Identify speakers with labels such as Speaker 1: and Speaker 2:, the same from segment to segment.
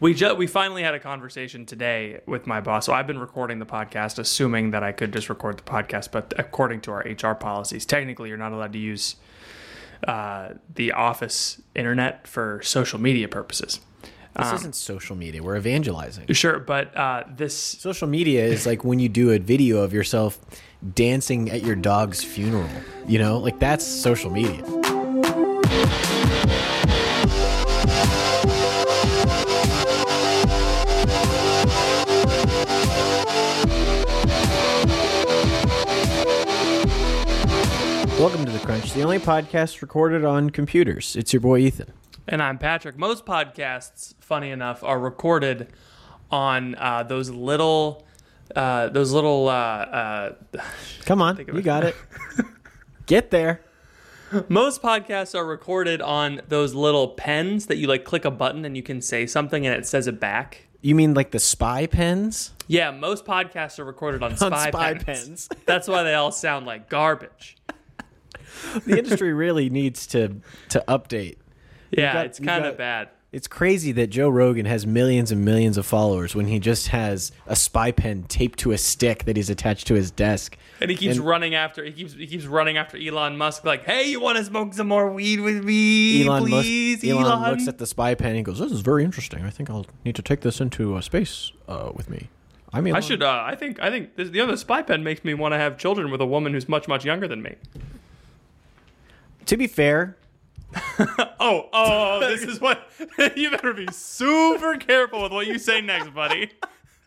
Speaker 1: We ju- we finally had a conversation today with my boss. So I've been recording the podcast, assuming that I could just record the podcast. But according to our HR policies, technically, you're not allowed to use uh, the office internet for social media purposes.
Speaker 2: This isn't social media. We're evangelizing.
Speaker 1: Sure, but uh, this
Speaker 2: Social media is like when you do a video of yourself dancing at your dog's funeral. You know, like that's social media. Welcome to The Crunch, the only podcast recorded on computers. It's your boy Ethan.
Speaker 1: And I'm Patrick. Most podcasts, funny enough, are recorded on uh, those little, uh, those little. Uh, uh,
Speaker 2: Come on, you got it. Get there.
Speaker 1: most podcasts are recorded on those little pens that you like click a button and you can say something and it says it back.
Speaker 2: You mean like the spy pens?
Speaker 1: Yeah, most podcasts are recorded on spy,
Speaker 2: On spy pens.
Speaker 1: That's why they all sound like garbage.
Speaker 2: The industry really needs to to update.
Speaker 1: Yeah,
Speaker 2: got-
Speaker 1: it's
Speaker 2: you
Speaker 1: kind of
Speaker 2: got-
Speaker 1: bad.
Speaker 2: It's crazy that Joe Rogan has millions and millions of followers when he just has a spy pen taped to a stick that he's attached to his desk.
Speaker 1: And he keeps
Speaker 2: and-
Speaker 1: running after he keeps he keeps running after Elon Musk like, "Hey, you want to smoke some more weed with me,
Speaker 2: Elon Musk-
Speaker 1: please?"
Speaker 2: Elon, looks at the spy pen and goes, "This is very interesting. I think I'll need to take this into uh, space uh, with me." I mean,
Speaker 1: I should. Uh, I think. I think this, the other spy pen makes me want to have children with a woman who's much much younger than me.
Speaker 2: To be fair,
Speaker 1: Oh, oh, this is what you better be super careful with what you say next, buddy.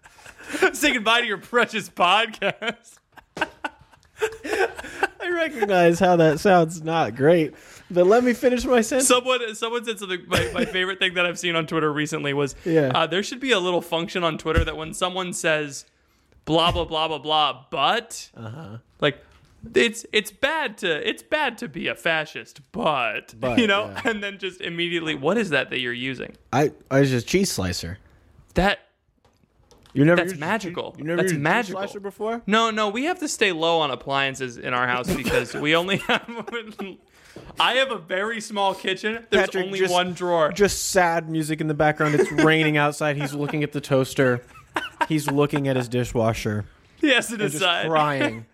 Speaker 1: say goodbye to your precious podcast.
Speaker 2: I recognize how that sounds not great, but let me finish my sentence.
Speaker 1: Someone, someone said something. My, my favorite thing that I've seen on Twitter recently was,
Speaker 2: Yeah.
Speaker 1: uh, there should be a little function on Twitter that when someone says, blah blah blah blah blah, but, like, it's it's bad to it's bad to be a fascist, but,
Speaker 2: But,
Speaker 1: you know,
Speaker 2: yeah.
Speaker 1: and then just immediately, what is that that you're using?
Speaker 2: I I was just cheese slicer.
Speaker 1: That
Speaker 2: You never
Speaker 1: That's
Speaker 2: used-
Speaker 1: magical.
Speaker 2: You never
Speaker 1: That's
Speaker 2: used cheese
Speaker 1: magical.
Speaker 2: slicer before?
Speaker 1: no, no, we have to stay low on appliances in our house because we only have. I have a very small kitchen. There's
Speaker 2: Patrick,
Speaker 1: only
Speaker 2: just-
Speaker 1: one drawer.
Speaker 2: Just sad music in the background. It's raining outside. He's looking at the toaster. He's looking at his dishwasher.
Speaker 1: he has to
Speaker 2: Just
Speaker 1: decide.
Speaker 2: crying.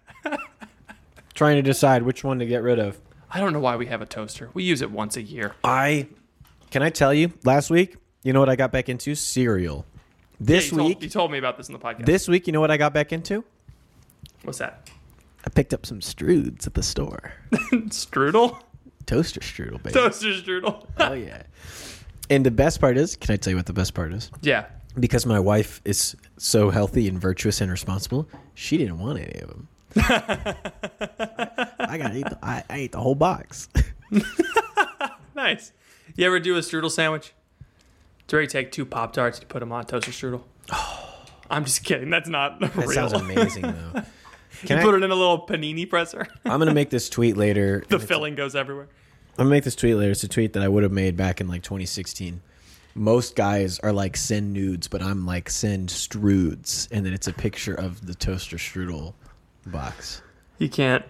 Speaker 2: Trying to decide which one to get rid of.
Speaker 1: I don't know why we have a toaster. We use it once a year.
Speaker 2: I can I tell you, last week, you know what I got back into? Cereal. This
Speaker 1: you told,
Speaker 2: week
Speaker 1: you told me about this in the podcast.
Speaker 2: this week, you know what I got back into?
Speaker 1: What's that?
Speaker 2: I picked up some strudels at the store.
Speaker 1: strudel?
Speaker 2: Toaster strudel, baby.
Speaker 1: Toaster strudel.
Speaker 2: oh yeah. And the best part is, can I tell you what the best part is?
Speaker 1: yeah.
Speaker 2: because my wife is so healthy and virtuous and responsible, she didn't want any of them. I got eat. The, I, I ate the whole box.
Speaker 1: Nice. You ever do a strudel sandwich? Do you take two Pop Tarts and put them on toaster strudel? I'm just kidding. That's not
Speaker 2: That
Speaker 1: real.
Speaker 2: sounds amazing, though. Can
Speaker 1: you
Speaker 2: I,
Speaker 1: put it in a little panini presser.
Speaker 2: I'm gonna make this tweet later.
Speaker 1: the filling goes everywhere.
Speaker 2: I'm gonna make this tweet later. It's a tweet that I would have made back in like 2016. Most guys are like send nudes, but I'm like send strudes, and then it's a picture of the toaster strudel box.
Speaker 1: You can't.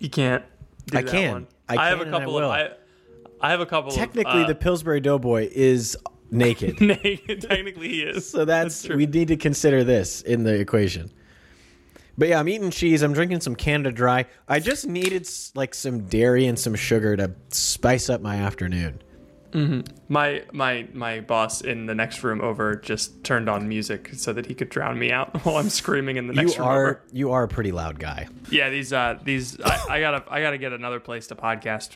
Speaker 1: You can't. Do
Speaker 2: I
Speaker 1: that
Speaker 2: can.
Speaker 1: One.
Speaker 2: I
Speaker 1: have a
Speaker 2: can and I
Speaker 1: couple
Speaker 2: will.
Speaker 1: of. I, I have a couple.
Speaker 2: Technically,
Speaker 1: of, uh,
Speaker 2: the Pillsbury Doughboy is naked.
Speaker 1: the naked. Technically, he is.
Speaker 2: So that's, we need to consider this in the equation. But yeah, I'm eating cheese. I'm drinking some Canada Dry. I just needed s- like some dairy and some sugar to spice up my afternoon.
Speaker 1: my my my boss in the next room over just turned on music so that he could drown me out while I'm screaming in the next
Speaker 2: you
Speaker 1: room
Speaker 2: are
Speaker 1: over.
Speaker 2: you are a pretty loud guy.
Speaker 1: Yeah, these uh these I, I gotta I gotta get another place to podcast.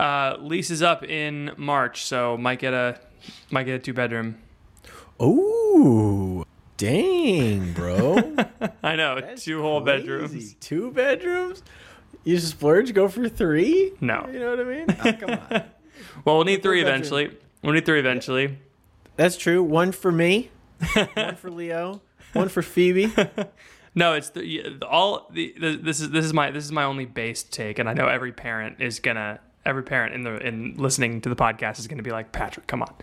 Speaker 1: Uh, lease is up in March, so might get a might get a two bedroom.
Speaker 2: Ooh, dang, bro!
Speaker 1: I know two whole
Speaker 2: Crazy.
Speaker 1: bedrooms.
Speaker 2: two bedrooms. You splurge, go for three.
Speaker 1: No.
Speaker 2: you know what I mean. Ah, come on,
Speaker 1: Well, we'll need three
Speaker 2: bedroom.
Speaker 1: eventually. We'll need three eventually.
Speaker 2: that's true. One for me, one for Leo, one for Phoebe.
Speaker 1: No, it's the, y- the- all the, the this is this is my this is my only base take, and I know every parent is gonna every parent in the in listening to the podcast is gonna be like Patrick, come on.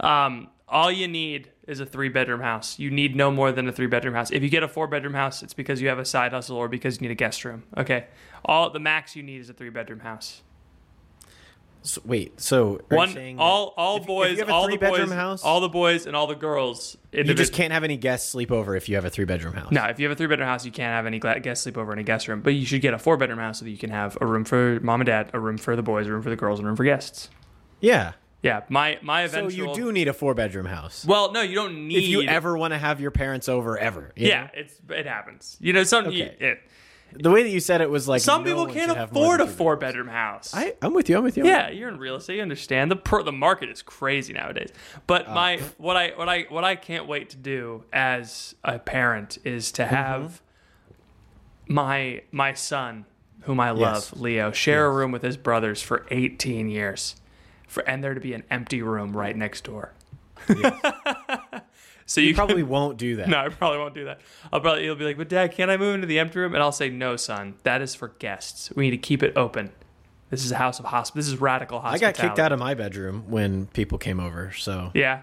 Speaker 1: Um, all you need is a three bedroom house. You need no more than a three bedroom house. If you get a four bedroom house, it's because you have a side hustle or because you need a guest room. Okay, all the max you need is a three bedroom house.
Speaker 2: So, wait, so are you
Speaker 1: One,
Speaker 2: saying that
Speaker 1: all all
Speaker 2: if you- if
Speaker 1: boys,
Speaker 2: you have a
Speaker 1: all the
Speaker 2: three-bedroom
Speaker 1: boys,
Speaker 2: house-
Speaker 1: all the boys, and all the girls.
Speaker 2: you just can't have any guests sleep over if you have a three bedroom house?
Speaker 1: No, if you have a three bedroom house, you can't have any gla- guest sleepover in a guest room. But you should get a four bedroom house so that you can have a room for mom and dad, a room for the boys, a room for the girls, and a room for guests.
Speaker 2: Yeah.
Speaker 1: Yeah, my my
Speaker 2: So
Speaker 1: eventual.
Speaker 2: you do need a four bedroom house
Speaker 1: Well, no, you don't need.
Speaker 2: if you ever want to have your parents over ever. you
Speaker 1: Yeah, it's it happens. You know, some you-
Speaker 2: Okay.
Speaker 1: it,
Speaker 2: know? The way that you said it was like
Speaker 1: some
Speaker 2: no
Speaker 1: people
Speaker 2: one
Speaker 1: can't
Speaker 2: should have more
Speaker 1: afford a
Speaker 2: than
Speaker 1: four bedroom house.
Speaker 2: I, I'm with you. I'm with you. I'm
Speaker 1: Yeah, you're in real estate. You understand the per- the market is crazy nowadays. But
Speaker 2: Uh,
Speaker 1: my what I what I what I can't wait to do as a parent is
Speaker 2: Mm-hmm.
Speaker 1: to have my my son, whom I love,
Speaker 2: Yes.
Speaker 1: Leo, share a room with his brothers for 18 years, for and there to be an empty room right next door. so you,
Speaker 2: You probably won't do that.
Speaker 1: no, I probably won't do that. I'll probably he'll be like, "But Dad, can I move into the empty room?" And I'll say, "No, son. That is for guests. We need to keep it open. This is a house of hosp. This is radical
Speaker 2: I
Speaker 1: hospitality."
Speaker 2: got kicked out of my bedroom when people came over, so
Speaker 1: Yeah,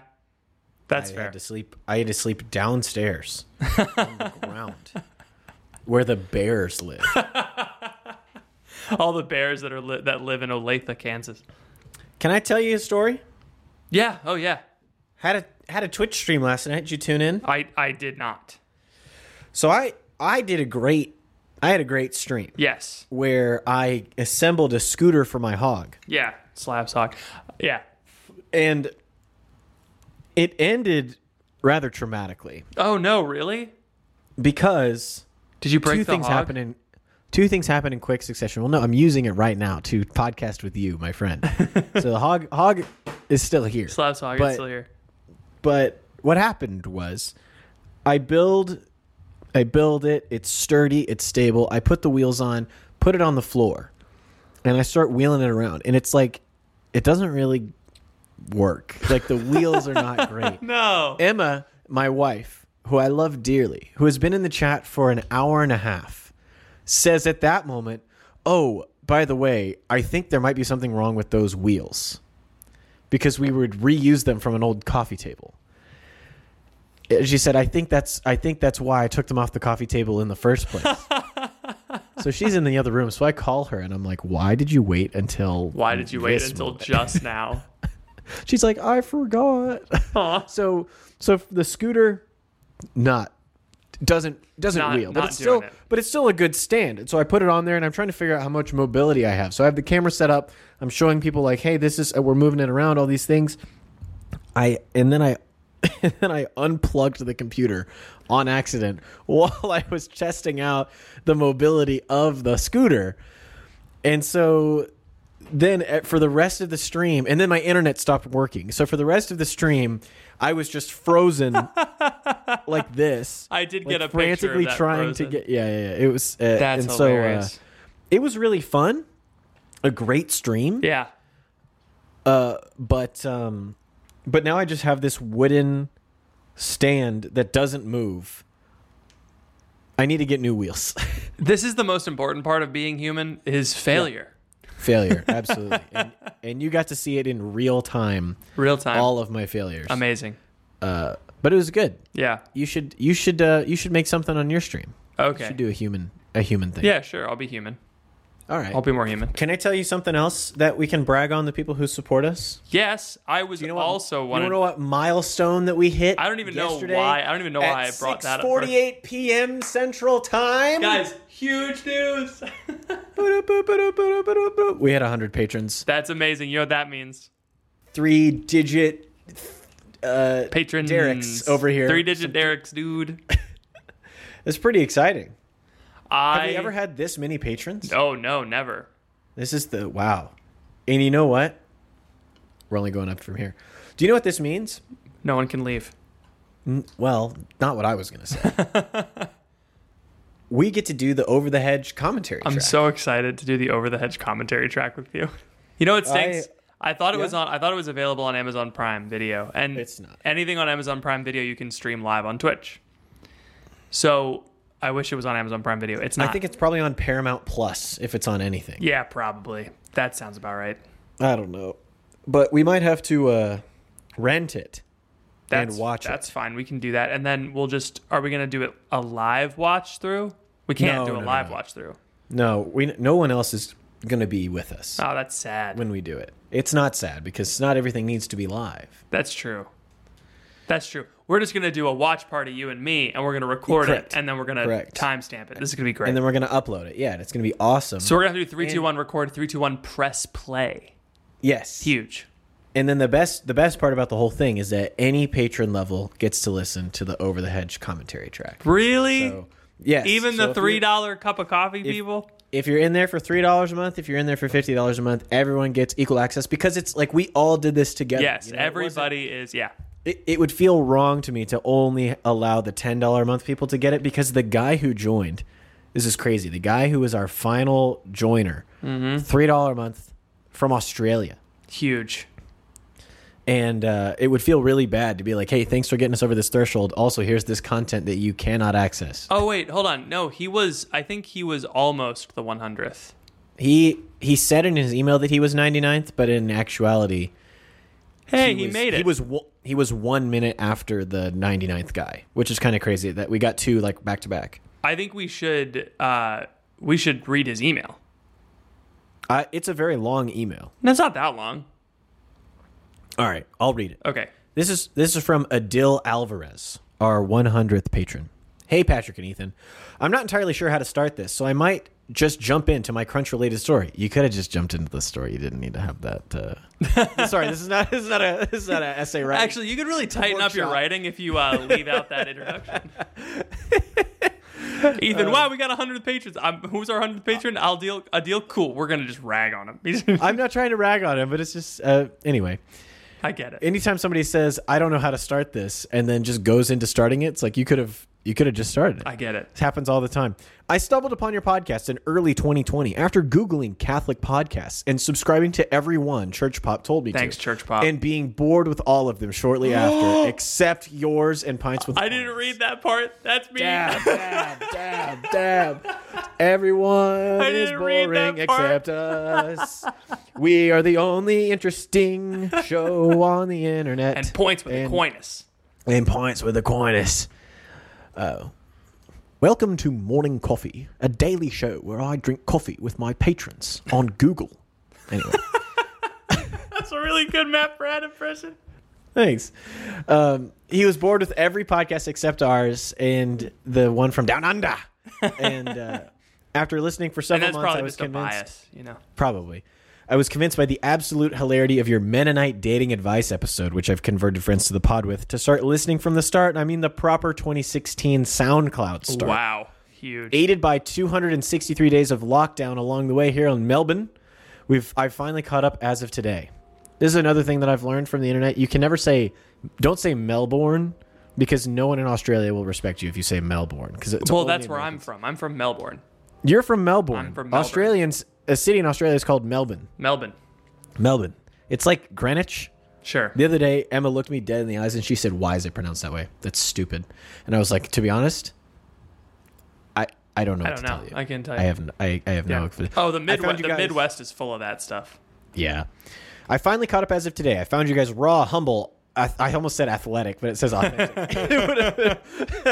Speaker 1: that's
Speaker 2: I
Speaker 1: fair.
Speaker 2: had to sleep. I had to sleep downstairs on the ground where the bears live.
Speaker 1: All the bears that are li- that live in Olathe, Kansas.
Speaker 2: Can I tell you a story?
Speaker 1: Yeah. Oh yeah.
Speaker 2: Had a had a Twitch stream last night. Did you tune in?
Speaker 1: I I did not.
Speaker 2: So I I did a great I had a great stream
Speaker 1: Yes.
Speaker 2: where I assembled a scooter for my hog.
Speaker 1: Yeah. Slab sock. Yeah.
Speaker 2: And it ended rather traumatically
Speaker 1: Oh no, really?
Speaker 2: because
Speaker 1: Did you break
Speaker 2: two
Speaker 1: the
Speaker 2: things
Speaker 1: hog?
Speaker 2: happen in two things happen in quick succession. Well, no, I'm using it right now to podcast with you, my friend. so the hog hog is still here.
Speaker 1: Slab sock.
Speaker 2: But-
Speaker 1: it's still here.
Speaker 2: But what happened was I build I build it, it's sturdy, it's stable. I put the wheels on, put it on the floor, and I start wheeling it around. And it's like it doesn't really work. Like the wheels are not great.
Speaker 1: No.
Speaker 2: Emma, my wife, who I love dearly, who has been in the chat for an hour and a half, says at that moment, Oh, by the way, I think there might be something wrong with those wheels because we would reuse them from an old coffee table. Uh, She said, "I think that's I think that's why I took them off the coffee table in the first place." so she's in the other room. So I call her and I'm like, "Why did you wait until
Speaker 1: Why did you wait
Speaker 2: this
Speaker 1: until
Speaker 2: moment?"
Speaker 1: just now?
Speaker 2: She's like, "I forgot."
Speaker 1: Aw.
Speaker 2: So so if the scooter not doesn't doesn't
Speaker 1: Not-
Speaker 2: wheel, but
Speaker 1: not
Speaker 2: it's
Speaker 1: doing
Speaker 2: still
Speaker 1: it.
Speaker 2: but it's still a good stand. And so I put it on there and I'm trying to figure out how much mobility I have. So I have the camera set up. I'm showing people like, "Hey, this is uh, we're moving it around all these things." I and then I and then I unplugged the computer on accident while I was testing out the mobility of the scooter. And so then uh, for the rest of the stream, and then my internet stopped working. So for the rest of the stream, I was just frozen like this.
Speaker 1: I did
Speaker 2: like
Speaker 1: get a picture of
Speaker 2: frantically
Speaker 1: that
Speaker 2: trying
Speaker 1: frozen.
Speaker 2: to get. Yeah, yeah, yeah. It was. Uh,
Speaker 1: That's
Speaker 2: and
Speaker 1: hilarious.
Speaker 2: So, uh, it was really fun. A great stream.
Speaker 1: yeah.
Speaker 2: Uh, but um, but now I just have this wooden stand that doesn't move. I need to get new wheels.
Speaker 1: This is the most important part of being human: is failure.
Speaker 2: Failure, absolutely. and, and you got to see it in real time.
Speaker 1: Real time.
Speaker 2: all of my failures.
Speaker 1: Amazing.
Speaker 2: uh, but it was good.
Speaker 1: Yeah.
Speaker 2: You should you should uh, you should make something on your stream. You
Speaker 1: Okay.
Speaker 2: should do a human a human thing.
Speaker 1: Yeah, sure. I'll be human.
Speaker 2: All right.
Speaker 1: I'll be more human.
Speaker 2: Can I tell you something else that we can brag on the people who support us?
Speaker 1: Yes, I was
Speaker 2: You know what,
Speaker 1: also
Speaker 2: you
Speaker 1: wanted.
Speaker 2: know what milestone that we hit?
Speaker 1: I don't even know
Speaker 2: yesterday
Speaker 1: why- I don't even know
Speaker 2: at
Speaker 1: why I brought that up first.
Speaker 2: 6:48 p.m. Central Time.
Speaker 1: Guys, huge news.
Speaker 2: We had 100 patrons.
Speaker 1: That's amazing. You know what that means?
Speaker 2: Three digit uh
Speaker 1: Patrons.
Speaker 2: Derek's over here.
Speaker 1: Three digit Derek's, dude.
Speaker 2: it's pretty exciting.
Speaker 1: I.
Speaker 2: Have you ever had this many patrons?
Speaker 1: Oh no, never.
Speaker 2: This is the wow. And you know what? We're only going up from here. Do you know what this means?
Speaker 1: No one can leave.
Speaker 2: N- Well, not what I was going to say. we get to do the over the hedge commentary.
Speaker 1: I'm
Speaker 2: track.
Speaker 1: so excited to do the over the hedge commentary track with you. You know what stinks? I, thought it was
Speaker 2: Yeah?
Speaker 1: on. I thought it was available on Amazon Prime Video, and
Speaker 2: It's not.
Speaker 1: anything on Amazon Prime Video you can stream live on Twitch. So I wish it was on Amazon Prime Video. It's not.
Speaker 2: I think it's probably on Paramount Plus if it's on anything.
Speaker 1: yeah, probably. That sounds about right.
Speaker 2: I don't know. But we might have to uh, rent it.
Speaker 1: That's,
Speaker 2: watch it.
Speaker 1: That's fine. We can do that, and then we'll just. Are we gonna do it a live watch through? We can't
Speaker 2: No,
Speaker 1: do a
Speaker 2: no, no,
Speaker 1: live
Speaker 2: no.
Speaker 1: watch through.
Speaker 2: No, we no one else is going to be with us
Speaker 1: Oh, that's sad.
Speaker 2: when we do it. It's not sad because not everything needs to be live.
Speaker 1: That's true. That's true. We're just gonna do a watch party, you and me, and we're gonna record
Speaker 2: Correct.
Speaker 1: it, and then we're gonna
Speaker 2: Correct.
Speaker 1: timestamp it. This is gonna be great.
Speaker 2: And then we're going to upload it. Yeah, and it's going to be awesome.
Speaker 1: so we're gonna have to do three, two, one, record, three, two, one, press play.
Speaker 2: yes.
Speaker 1: Huge.
Speaker 2: And then the best the best part about the whole thing is that any patron level gets to listen to the over the hedge commentary track.
Speaker 1: Really?
Speaker 2: So, yes.
Speaker 1: Even
Speaker 2: So
Speaker 1: the
Speaker 2: if you're-
Speaker 1: three dollar cup of coffee, people.
Speaker 2: if you're in there for three dollars a month, if you're in there for fifty dollars a month, everyone gets equal access because it's like we all did this together.
Speaker 1: Yes,
Speaker 2: you know? It wasn't-
Speaker 1: everybody is. Yeah,
Speaker 2: It, it would feel wrong to me to only allow the ten dollar a month people to get it because the guy who joined, this is crazy. The guy who was our final joiner,
Speaker 1: Mm-hmm.
Speaker 2: three dollar a month from Australia,
Speaker 1: huge.
Speaker 2: and uh, it would feel really bad to be like, hey, thanks for getting us over this threshold. Also, here's this content that you cannot access.
Speaker 1: Oh wait, hold on. No, he was. I think he was almost the one hundredth.
Speaker 2: He he said in his email that he was 99th, but in actuality.
Speaker 1: Hey, he,
Speaker 2: was-
Speaker 1: made it.
Speaker 2: He was wo- he was one minute after the 99th guy, which is kind of crazy that we got two like back to back.
Speaker 1: I think we should. Uh, we should read his email.
Speaker 2: Uh, It's a very long email.
Speaker 1: That's not that long.
Speaker 2: All right, I'll read it.
Speaker 1: Okay.
Speaker 2: This is this is from Adil Alvarez, our 100th patron. Hey Patrick and Ethan, I'm not entirely sure how to start this, so I might just jump into my crunch related story. You could have just jumped into the story. You didn't need to have that. Uh... Sorry, this is not this is not a this is not an essay right.
Speaker 1: Actually, you could really tighten up your
Speaker 2: Workshop.
Speaker 1: writing if you uh, leave out that introduction.
Speaker 2: Um,
Speaker 1: Ethan, wow, we got 100 patrons. I'm, who's our 100th patron?
Speaker 2: Uh,
Speaker 1: I'll deal. A deal. Cool. We're gonna just rag on him. He's-
Speaker 2: I'm not trying to rag on him, but it's just uh, anyway.
Speaker 1: I get it.
Speaker 2: anytime somebody says i don't know how to start this and then just goes into starting it it's like you could have you could have just started it
Speaker 1: I get it.
Speaker 2: this happens all the time. I stumbled upon your podcast in early 2020 after Googling Catholic podcasts and subscribing to every one Church Pop told me
Speaker 1: Thanks,
Speaker 2: to.
Speaker 1: Church Pop.
Speaker 2: And being bored with all of them shortly after, except yours and Pints with
Speaker 1: I didn't
Speaker 2: Wine.
Speaker 1: read that part. That's me.
Speaker 2: Dab, dab, dab, dab. Everyone
Speaker 1: I
Speaker 2: is
Speaker 1: didn't read that
Speaker 2: boring
Speaker 1: part.
Speaker 2: except us. We are the only interesting show on the internet.
Speaker 1: and points with
Speaker 2: And-
Speaker 1: Aquinas.
Speaker 2: and pints with Aquinas. Oh. Welcome to Morning Coffee, a daily show where I drink coffee with my patrons on Google. Anyway,
Speaker 1: That's a really good Matt Brad impression.
Speaker 2: thanks. Um, he was bored with every podcast except ours and the one from Down Under. And uh, after listening for
Speaker 1: And
Speaker 2: several
Speaker 1: that's
Speaker 2: months, I
Speaker 1: probably
Speaker 2: was
Speaker 1: just a
Speaker 2: convinced.
Speaker 1: bias, you know.
Speaker 2: Probably. I was convinced by the absolute hilarity of your Mennonite dating advice episode, which I've converted friends to the pod with, to start listening from the start. and I mean, the proper 2016 SoundCloud start.
Speaker 1: Wow, huge.
Speaker 2: aided by 263 days of lockdown along the way here in Melbourne, we've I've finally caught up as of today. This is another thing that I've learned from the internet. You can never say don't say Melbourne because no one in Australia will respect you if you say Melbourne because it's
Speaker 1: Well,
Speaker 2: only
Speaker 1: that's where I'm from. I'm from Melbourne.
Speaker 2: Amer- You're from Melbourne.
Speaker 1: I'm from Melbourne.
Speaker 2: Australians a city in Australia is called Melbourne.
Speaker 1: Melbourne.
Speaker 2: Melbourne. It's like Greenwich.
Speaker 1: Sure.
Speaker 2: The other day Emma looked me dead in the eyes and she said, "Why is it pronounced that way? That's stupid." And I was like, "To be honest, I I don't know
Speaker 1: I
Speaker 2: what
Speaker 1: don't
Speaker 2: to
Speaker 1: know.
Speaker 2: tell you."
Speaker 1: I can tell you.
Speaker 2: I have n- I, I have no.
Speaker 1: Yeah.
Speaker 2: explanation.
Speaker 1: Oh, the
Speaker 2: I found
Speaker 1: Midwest.
Speaker 2: you
Speaker 1: The
Speaker 2: guys-
Speaker 1: Midwest is full of that stuff.
Speaker 2: Yeah, I finally caught up as of today. I found you guys raw, humble. I, I almost said athletic, but it says authentic.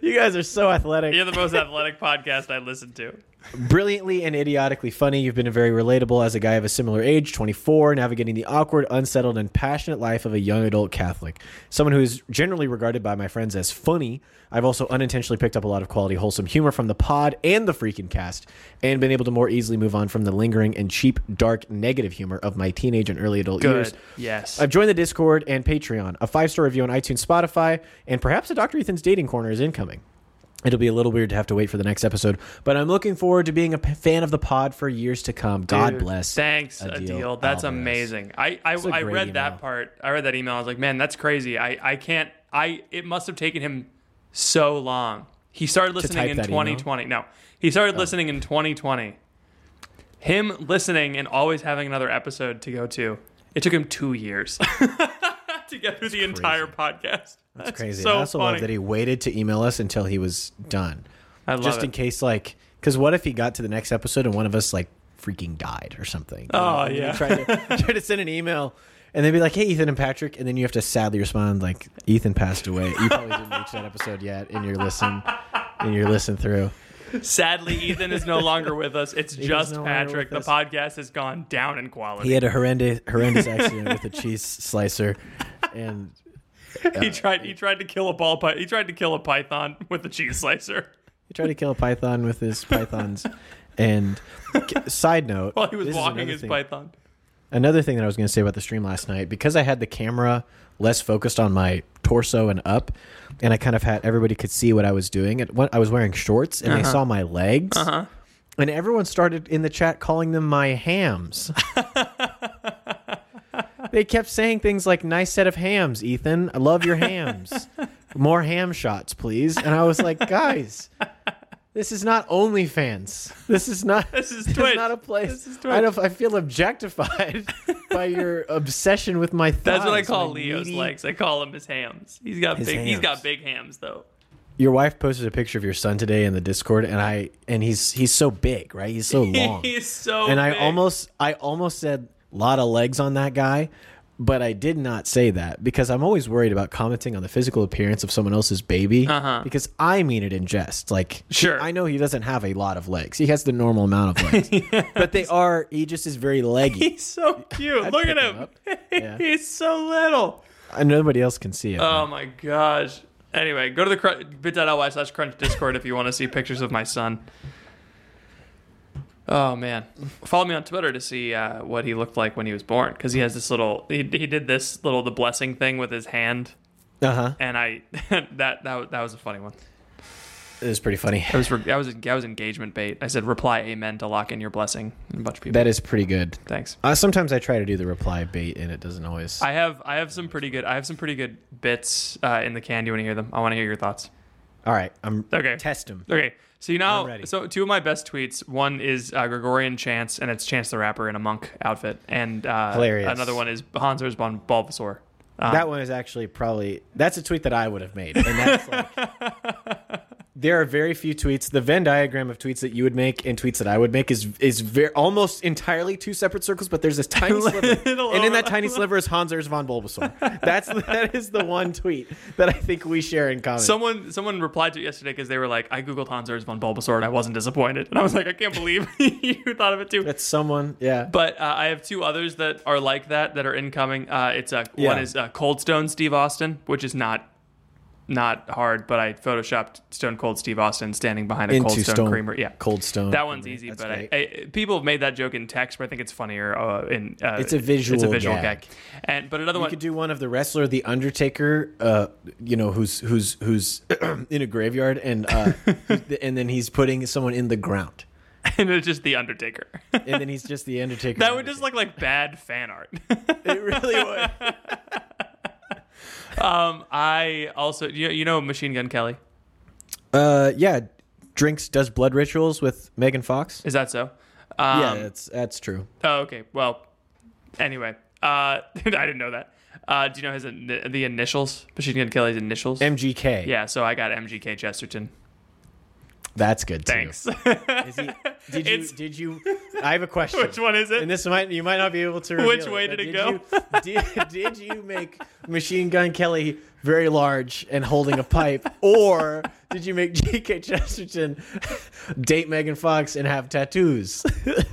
Speaker 2: you guys are so athletic,
Speaker 1: You're the most athletic podcast I listen to.
Speaker 2: brilliantly and idiotically funny. You've been very relatable as a guy of a similar age, 24, navigating the awkward, unsettled, and passionate life of a young adult Catholic. Someone who is generally regarded by my friends as funny. I've also unintentionally picked up a lot of quality, wholesome humor from the pod and the freaking cast, and been able to more easily move on from the lingering and cheap, dark, negative humor of my teenage and early adult years.
Speaker 1: Good. Yes.
Speaker 2: I've joined the Discord and Patreon. A five star review on iTunes, Spotify, and perhaps a Dr. Ethan's Dating Corner is incoming. It'll be a little weird to have to wait for the next episode, but I'm looking forward to being a p- fan of the pod for years to come. God
Speaker 1: Dude,
Speaker 2: bless.
Speaker 1: Thanks, a
Speaker 2: Adil
Speaker 1: deal. That's
Speaker 2: Alvarez.
Speaker 1: amazing. I I,
Speaker 2: a
Speaker 1: I
Speaker 2: great
Speaker 1: read
Speaker 2: email.
Speaker 1: that part. I read that email. I was like, man, that's crazy. I I can't. I it must have taken him so long. He started listening
Speaker 2: type
Speaker 1: in
Speaker 2: that email? Oh.
Speaker 1: 2020. No, he started listening in 2020. Him listening and always having another episode to go to. It took him two years to get through the entire podcast. That's,
Speaker 2: Crazy.
Speaker 1: So
Speaker 2: I also
Speaker 1: funny.
Speaker 2: love that he waited to email us until he was done.
Speaker 1: I love
Speaker 2: Just in
Speaker 1: it.
Speaker 2: case, like, because what if he got to the next episode and one of us, like, freaking died or something?
Speaker 1: Oh,
Speaker 2: And then
Speaker 1: yeah.
Speaker 2: He tried to, tried to send an email. And they'd be like, "Hey, Ethan and Patrick," and then you have to sadly respond, "Like Ethan passed away." You probably didn't reach that episode yet, and you're listening, and you're listening through.
Speaker 1: Sadly, Ethan is no longer with us. It's
Speaker 2: Ethan's
Speaker 1: just
Speaker 2: no longer
Speaker 1: Patrick. The
Speaker 2: with us.
Speaker 1: podcast has gone down in quality.
Speaker 2: He had a horrendous horrendous accident with a cheese slicer, and
Speaker 1: he tried. He tried to kill a ball. Pi- he tried to kill a python with a cheese slicer
Speaker 2: he tried to kill a python with his pythons. And k- side note,
Speaker 1: while he was
Speaker 2: this is
Speaker 1: walking
Speaker 2: another
Speaker 1: his
Speaker 2: thing-
Speaker 1: python.
Speaker 2: Another thing that I was going to say about the stream last night, because I had the camera less focused on my torso and up, and I kind of had everybody could see what I was doing. And what I was wearing shorts, and they
Speaker 1: Uh-huh.
Speaker 2: saw my legs, and everyone started in the chat calling them my hams. they kept saying things like "nice set of hams, Ethan. I love your hams. More ham shots, please." And I was like, guys. This is not OnlyFans. This is not.
Speaker 1: This is
Speaker 2: This
Speaker 1: Twitch.
Speaker 2: is not a place.
Speaker 1: This is
Speaker 2: I
Speaker 1: Twitch.
Speaker 2: don't I feel objectified by your obsession with my thighs.
Speaker 1: That's what I call
Speaker 2: my
Speaker 1: Leo's
Speaker 2: meaty-
Speaker 1: legs. I call him his hams. He's got
Speaker 2: His
Speaker 1: big. He's
Speaker 2: hams.
Speaker 1: got big hams though.
Speaker 2: Your wife posted a picture of your son today in the Discord, and I and he's he's so big, right? He's so long,
Speaker 1: He's so.
Speaker 2: and I
Speaker 1: big.
Speaker 2: almost I almost said lot of legs on that guy, but I did not say that because I'm always worried about commenting on the physical appearance of someone else's baby
Speaker 1: Uh-huh.
Speaker 2: because I mean it in jest. Like,
Speaker 1: Sure.
Speaker 2: I know he doesn't have a lot of legs; he has the normal amount of legs, but they are. He just is very leggy.
Speaker 1: He's so cute.
Speaker 2: I'd
Speaker 1: Look
Speaker 2: pick
Speaker 1: at
Speaker 2: him
Speaker 1: him.
Speaker 2: up. Yeah.
Speaker 1: He's so little.
Speaker 2: And nobody else can see it.
Speaker 1: Oh my gosh. Anyway, go to the cr- bit.ly slash crunch discord if you want to see pictures of my son. Oh man, follow me on Twitter to see uh, what he looked like when he was born because he has this little he, he did this little the blessing thing with his hand
Speaker 2: Uh huh.
Speaker 1: and I that that wa- that was a funny one.
Speaker 2: It was pretty funny.
Speaker 1: That was re- that was that was engagement bait. I said reply amen to lock in your blessing and a bunch of people.
Speaker 2: That is pretty good.
Speaker 1: Thanks.
Speaker 2: Uh, sometimes I try to do the reply bait, and it doesn't always.
Speaker 1: I have I have some pretty good I have some pretty good bits uh, in the can. Do you want to hear them? I want to hear your thoughts.
Speaker 2: All right, I'm
Speaker 1: Okay.
Speaker 2: test them.
Speaker 1: Okay, so you
Speaker 2: I'm
Speaker 1: know,
Speaker 2: ready.
Speaker 1: so two of my best tweets. One is uh, Gregorian Chance, and it's Chance the Rapper in a monk outfit, and uh,
Speaker 2: Hilarious.
Speaker 1: Another one is Hanser's Bon Bulbasaur. Um,
Speaker 2: That one is actually probably that's a tweet that I would have made. And that's like, there are very few tweets. The Venn diagram of tweets that you would make and tweets that I would make is is very almost entirely two separate circles. But there's this tiny sliver,
Speaker 1: Little
Speaker 2: and in that
Speaker 1: overlap.
Speaker 2: tiny sliver is Hanser's von Bulbasaur. That's that is the one tweet that I think we share in common.
Speaker 1: Someone someone replied to it yesterday because they were like, I googled Hanser's Von Bulbasaur and I wasn't disappointed, and I was like, I can't believe you thought of it too.
Speaker 2: that's someone, yeah.
Speaker 1: But uh, I have two others that are like that that are incoming. Uh, it's uh, one
Speaker 2: Yeah.
Speaker 1: is uh, Cold Stone Steve Austin, which is not not hard, but I photoshopped Stone Cold Steve Austin standing behind a Cold Stone, Creamer. Yeah,
Speaker 2: Cold Stone.
Speaker 1: that one's
Speaker 2: Creamery.
Speaker 1: easy,
Speaker 2: That's
Speaker 1: but I,
Speaker 2: great.
Speaker 1: I, people have made that joke in text, but I think it's funnier uh, in. Uh,
Speaker 2: It's a visual
Speaker 1: It's a visual
Speaker 2: gag.
Speaker 1: gag. And but another
Speaker 2: You
Speaker 1: one.
Speaker 2: could do one of the wrestler, the Undertaker, uh, you know, who's who's who's in a graveyard, and uh, and then he's putting someone in the ground,
Speaker 1: and it's just the Undertaker.
Speaker 2: and then he's just the Undertaker.
Speaker 1: that would just look like bad fan art.
Speaker 2: it really would.
Speaker 1: um, I also you, you know Machine Gun Kelly
Speaker 2: Uh, yeah, drinks does blood rituals with Megan Fox.
Speaker 1: is that so? Um,
Speaker 2: yeah, that's that's true.
Speaker 1: Oh, okay. Well, anyway, uh, I didn't know that. Uh, do you know his in- the initials? Machine Gun Kelly's initials.
Speaker 2: MGK.
Speaker 1: yeah, so I got MGK Chesterton.
Speaker 2: that's good. Too.
Speaker 1: Thanks.
Speaker 2: Is he, did you?
Speaker 1: It's-
Speaker 2: Did you? I have a question.
Speaker 1: Which one is it?
Speaker 2: And this might you might not be able to. Reveal
Speaker 1: Which way
Speaker 2: but
Speaker 1: did it
Speaker 2: You, did, did you make Machine Gun Kelly very large and holding a pipe, or did you make J.K. Chesterton date Megan Fox and have tattoos?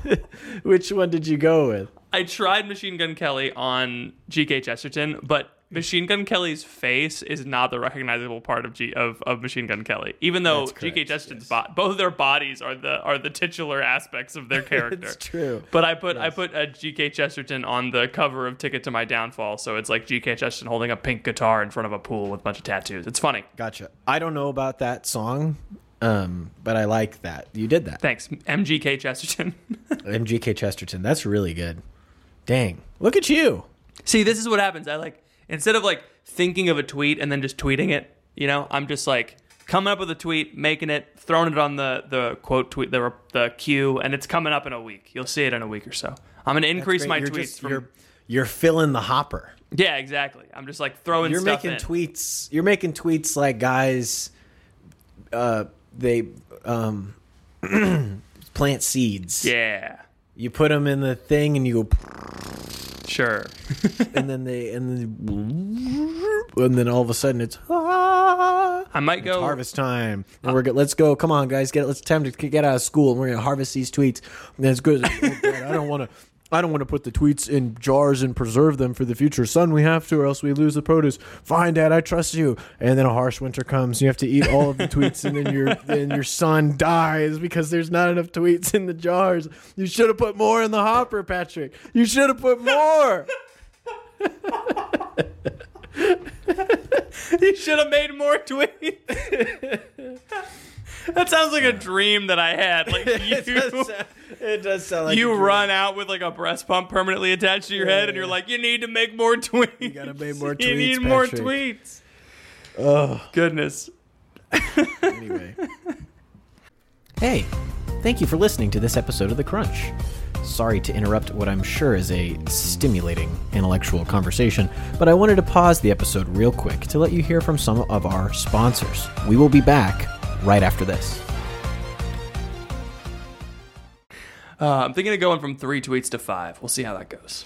Speaker 2: Which one did you go with?
Speaker 1: I tried Machine Gun Kelly on GK Chesterton, but Machine Gun Kelly's face is not the recognizable part of G of, of Machine Gun Kelly. Even though
Speaker 2: That's
Speaker 1: GK
Speaker 2: correct,
Speaker 1: Chesterton's bo- both their bodies are the are the titular aspects of their character.
Speaker 2: It's true.
Speaker 1: But I put I put a GK Chesterton on the cover of Ticket to My Downfall, so it's like GK Chesterton holding a pink guitar in front of a pool with a bunch of tattoos. It's funny.
Speaker 2: Gotcha. I don't know about that song, um, but I like that you did that.
Speaker 1: Thanks, MGK Chesterton.
Speaker 2: MGK Chesterton. That's really good. Dang, look at you.
Speaker 1: See, this is what happens. I like instead of like thinking of a tweet and then just tweeting it. You know, I'm just like coming up with a tweet, making it, throwing it on the the quote tweet the the queue, and it's coming up in a week. You'll see it in a week or so. I'm gonna increase
Speaker 2: Great,
Speaker 1: my
Speaker 2: you're
Speaker 1: tweets
Speaker 2: just-
Speaker 1: from
Speaker 2: you're, you're filling the hopper.
Speaker 1: yeah, exactly. I'm just like throwing
Speaker 2: you're
Speaker 1: stuff
Speaker 2: making
Speaker 1: in.
Speaker 2: tweets you're making tweets like guys uh they um plant seeds
Speaker 1: yeah,
Speaker 2: you put them in the thing and you go
Speaker 1: sure.
Speaker 2: and then they and then and then all of a sudden it's ah,
Speaker 1: I might go.
Speaker 2: It's harvest time.
Speaker 1: Uh.
Speaker 2: And we're good. Let's go. Come on, guys. Get it. Let's time to k- get out of school. And we're gonna harvest these tweets. And it's good. Oh, God, I don't want to. I don't want to put the tweets in jars and preserve them for the future. Son, we have to, or else we lose the produce. Fine, Dad, I trust you. And then a harsh winter comes. You have to eat all of the tweets, and then your then your son dies because there's not enough tweets in the jars. You should have put more in the hopper, Patrick. You should have put more.
Speaker 1: You should have made more tweets. that sounds like a dream that I had. Like you,
Speaker 2: it does sound
Speaker 1: you run out with like a breast pump permanently attached to your head, and you're like, you need to make more tweets. You
Speaker 2: gotta make more
Speaker 1: You need
Speaker 2: tweets,
Speaker 1: more
Speaker 2: Patrick."
Speaker 1: tweets. Oh goodness.
Speaker 2: anyway. Hey, thank you for listening to this episode of The Crunch. Sorry to interrupt what I'm sure is a stimulating intellectual conversation, but I wanted to pause the episode real quick to let you hear from some of our sponsors. We will be back right after this.
Speaker 1: Uh, I'm thinking of going from three tweets to five. We'll see how that goes.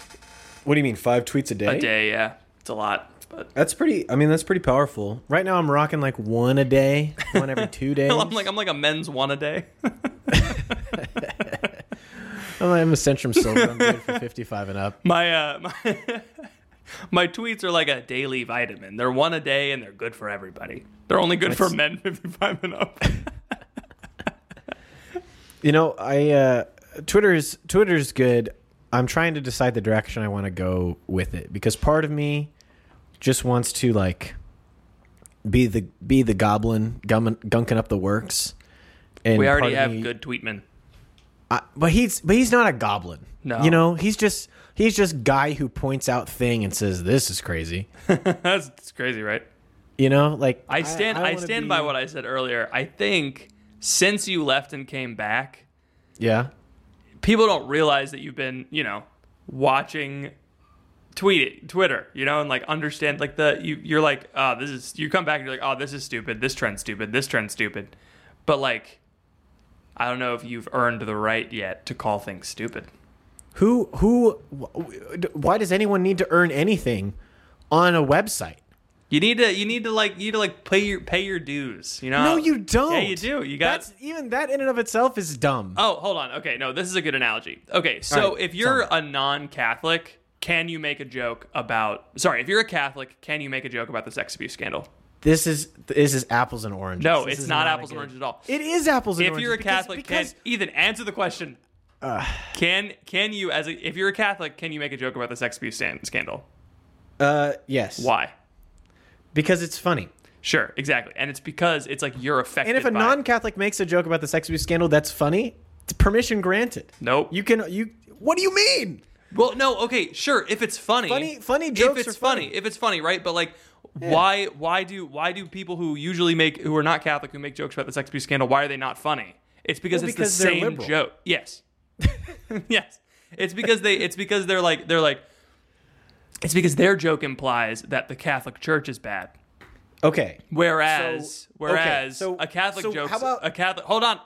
Speaker 2: What do you mean, five tweets a day?
Speaker 1: A day, yeah, it's a lot, but
Speaker 2: That's pretty. I mean, that's pretty powerful. Right now, I'm rocking like one a day, one every two days.
Speaker 1: I'm like I'm like a men's one a day.
Speaker 2: I'm, I'm a Centrum Silver. I'm good for 55 and up.
Speaker 1: My uh, my, my tweets are like a daily vitamin. They're one a day and they're good for everybody. They're only good for men 55 and up.
Speaker 2: You know, I uh, Twitter's Twitter's good. I'm trying to decide the direction I want to go with it because part of me just wants to like be the be the goblin gumming, gunking up the works. And
Speaker 1: we
Speaker 2: part
Speaker 1: already
Speaker 2: of
Speaker 1: have
Speaker 2: me-
Speaker 1: good tweetmen.
Speaker 2: I, but he's but he's not a goblin.
Speaker 1: No.
Speaker 2: you know he's just he's just guy who points out thing and says this is crazy.
Speaker 1: That's it's crazy, right?
Speaker 2: You know, like
Speaker 1: I stand I,
Speaker 2: wanna
Speaker 1: stand
Speaker 2: be-
Speaker 1: by what I said earlier. I think since you left and came back,
Speaker 2: yeah
Speaker 1: people don't realize that you've been, you know, watching tweet Twitter, you know, and like understand like the you you're like, oh, this is you come back and you're like, oh, this is stupid, this trend's stupid, this trend's stupid. But like I don't know if you've earned the right yet to call things stupid.
Speaker 2: Who who wh- why does anyone need to earn anything on a website?
Speaker 1: You need to you need to like you need to like pay your pay your dues, you know?
Speaker 2: No, you don't.
Speaker 1: Uh, Yeah, you do. You got
Speaker 2: That's even that in and of itself is dumb.
Speaker 1: Oh, hold on. Okay, no, this is a good analogy. Okay, so
Speaker 2: right,
Speaker 1: if you're a non-Catholic, can you make a joke about? Sorry, if you're a Catholic, can you make a joke about the sex abuse scandal?
Speaker 2: This is this is apples and oranges.
Speaker 1: No,
Speaker 2: This
Speaker 1: it's
Speaker 2: is
Speaker 1: not,
Speaker 2: a
Speaker 1: apples and
Speaker 2: good-
Speaker 1: oranges at all.
Speaker 2: It is apples and
Speaker 1: if
Speaker 2: oranges.
Speaker 1: you're a
Speaker 2: because-
Speaker 1: Catholic,
Speaker 2: because
Speaker 1: can Ethan answer the question? can can you as a, if you're a Catholic, can you make a joke about the sex abuse stan- scandal?
Speaker 2: uh, yes,
Speaker 1: Why?
Speaker 2: because it's funny.
Speaker 1: Sure, exactly, and it's because it's like you're affected.
Speaker 2: And if a
Speaker 1: by it.
Speaker 2: non-Catholic makes a joke about the sex abuse scandal, that's funny. It's permission granted.
Speaker 1: nope,
Speaker 2: You can you. What do you mean?
Speaker 1: Well, no, okay, sure. If it's funny,
Speaker 2: Funny- funny jokes
Speaker 1: If it's
Speaker 2: are funny.
Speaker 1: if it's funny, right? But like, why, why do, why do people who usually make, who are not Catholic, who make jokes about the sex abuse scandal, why are they not funny? It's because
Speaker 2: Well,
Speaker 1: it's
Speaker 2: because
Speaker 1: the
Speaker 2: they're
Speaker 1: same
Speaker 2: liberal.
Speaker 1: joke. Yes, yes. It's because they, it's because they're like, they're like, it's because their joke implies that the Catholic Church is bad.
Speaker 2: Okay,
Speaker 1: Whereas,
Speaker 2: So, okay,
Speaker 1: whereas
Speaker 2: so-
Speaker 1: a Catholic
Speaker 2: so
Speaker 1: joke,
Speaker 2: how about-
Speaker 1: a Catholic. Hold on,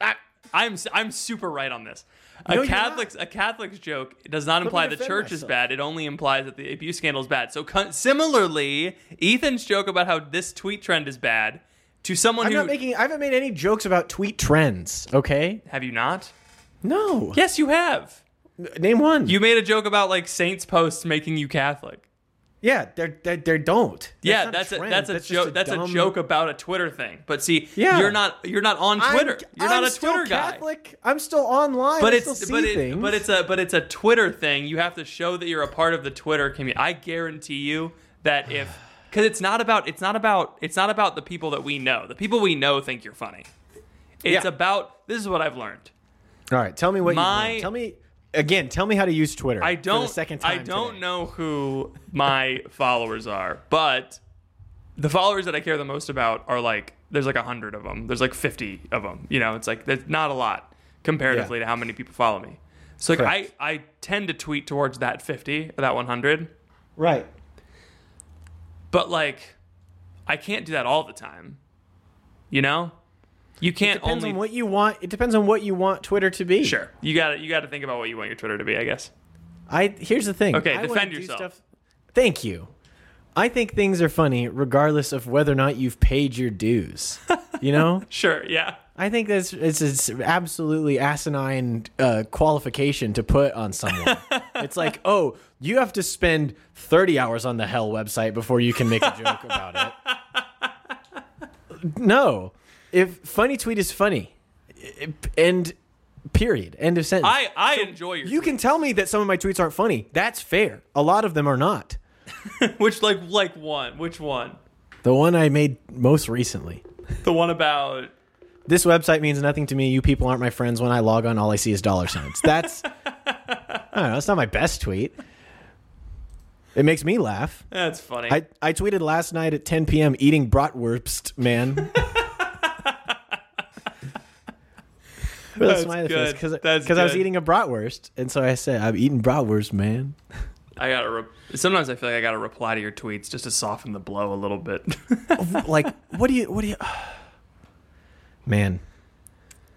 Speaker 1: I, I'm I'm super right on this. A
Speaker 2: No, you're
Speaker 1: Catholic's a Catholic's joke does not imply the
Speaker 2: defend
Speaker 1: church is
Speaker 2: myself.
Speaker 1: bad. It only implies that the abuse scandal is bad. So con- similarly, Ethan's joke about how this tweet trend is bad to someone
Speaker 2: I'm
Speaker 1: who
Speaker 2: not making. I haven't made any jokes about tweet trends. Okay,
Speaker 1: have you not?
Speaker 2: no.
Speaker 1: Yes, you have.
Speaker 2: Name one.
Speaker 1: You made a joke about like saints posts making you Catholic.
Speaker 2: Yeah, they're, they're, they don't. That's
Speaker 1: Yeah,
Speaker 2: not
Speaker 1: that's a,
Speaker 2: trend.
Speaker 1: that's a
Speaker 2: just
Speaker 1: joke. that's a
Speaker 2: dumb-
Speaker 1: joke about a Twitter thing. But see,
Speaker 2: Yeah.
Speaker 1: you're not you're not on
Speaker 2: I'm-
Speaker 1: Twitter. you're
Speaker 2: I'm
Speaker 1: not a
Speaker 2: still
Speaker 1: Twitter guy.
Speaker 2: Catholic. I'm still online.
Speaker 1: but
Speaker 2: I
Speaker 1: it's
Speaker 2: still
Speaker 1: but,
Speaker 2: see
Speaker 1: it,
Speaker 2: things.
Speaker 1: but it's a but it's a Twitter thing. You have to show that you're a part of the Twitter community. I guarantee you that if because it's not about it's not about it's not about the people that we know. The people we know think you're funny. It's
Speaker 2: Yeah.
Speaker 1: about this is what I've learned.
Speaker 2: all right. Tell me what
Speaker 1: My-
Speaker 2: you learned. tell me again. Tell me how to use Twitter.
Speaker 1: I don't
Speaker 2: for the second time.
Speaker 1: I don't
Speaker 2: today.
Speaker 1: know who my followers are, but the followers that I care the most about are like there's like a hundred of them. There's like fifty of them. You know, it's like that's not a lot comparatively
Speaker 2: Yeah.
Speaker 1: to how many people follow me. So like
Speaker 2: Correct.
Speaker 1: I I tend to tweet towards that fifty or that one hundred,
Speaker 2: Right.
Speaker 1: but like I can't do that all the time. You know, you can't
Speaker 2: Depends
Speaker 1: only
Speaker 2: on what you want. It depends on what you want Twitter to be.
Speaker 1: sure. You got to you got to think about what you want your Twitter to be. I guess.
Speaker 2: I here's the thing.
Speaker 1: Okay,
Speaker 2: I wanna
Speaker 1: defend
Speaker 2: do
Speaker 1: yourself.
Speaker 2: Stuff, thank you. I think things are funny regardless of whether or not you've paid your dues. You know,
Speaker 1: Sure, yeah.
Speaker 2: I think that's it's, it's absolutely asinine uh, qualification to put on someone. it's like, oh, you have to spend thirty hours on the hell website before you can make a joke about it. No, if funny tweet is funny, I- and period, end of sentence.
Speaker 1: I I enjoy your
Speaker 2: you can tell me that some of my tweets aren't funny. That's fair. A lot of them are not.
Speaker 1: which like like one which one
Speaker 2: The one I made most recently.
Speaker 1: the one about
Speaker 2: This website means nothing to me. You people aren't my friends. When I log on, all I see is dollar signs. That's I don't know. It's not my best tweet. It makes me laugh.
Speaker 1: that's funny
Speaker 2: I, I tweeted last night at 10 p.m. eating bratwurst, man. With
Speaker 1: That's
Speaker 2: a smiley
Speaker 1: good.
Speaker 2: face
Speaker 1: That's
Speaker 2: because I was
Speaker 1: good.
Speaker 2: eating a bratwurst, and so I said, "I'm eating bratwurst, man."
Speaker 1: I gotta. Re- Sometimes I feel like I gotta reply to your tweets just to soften the blow a little bit.
Speaker 2: like what do you what do you man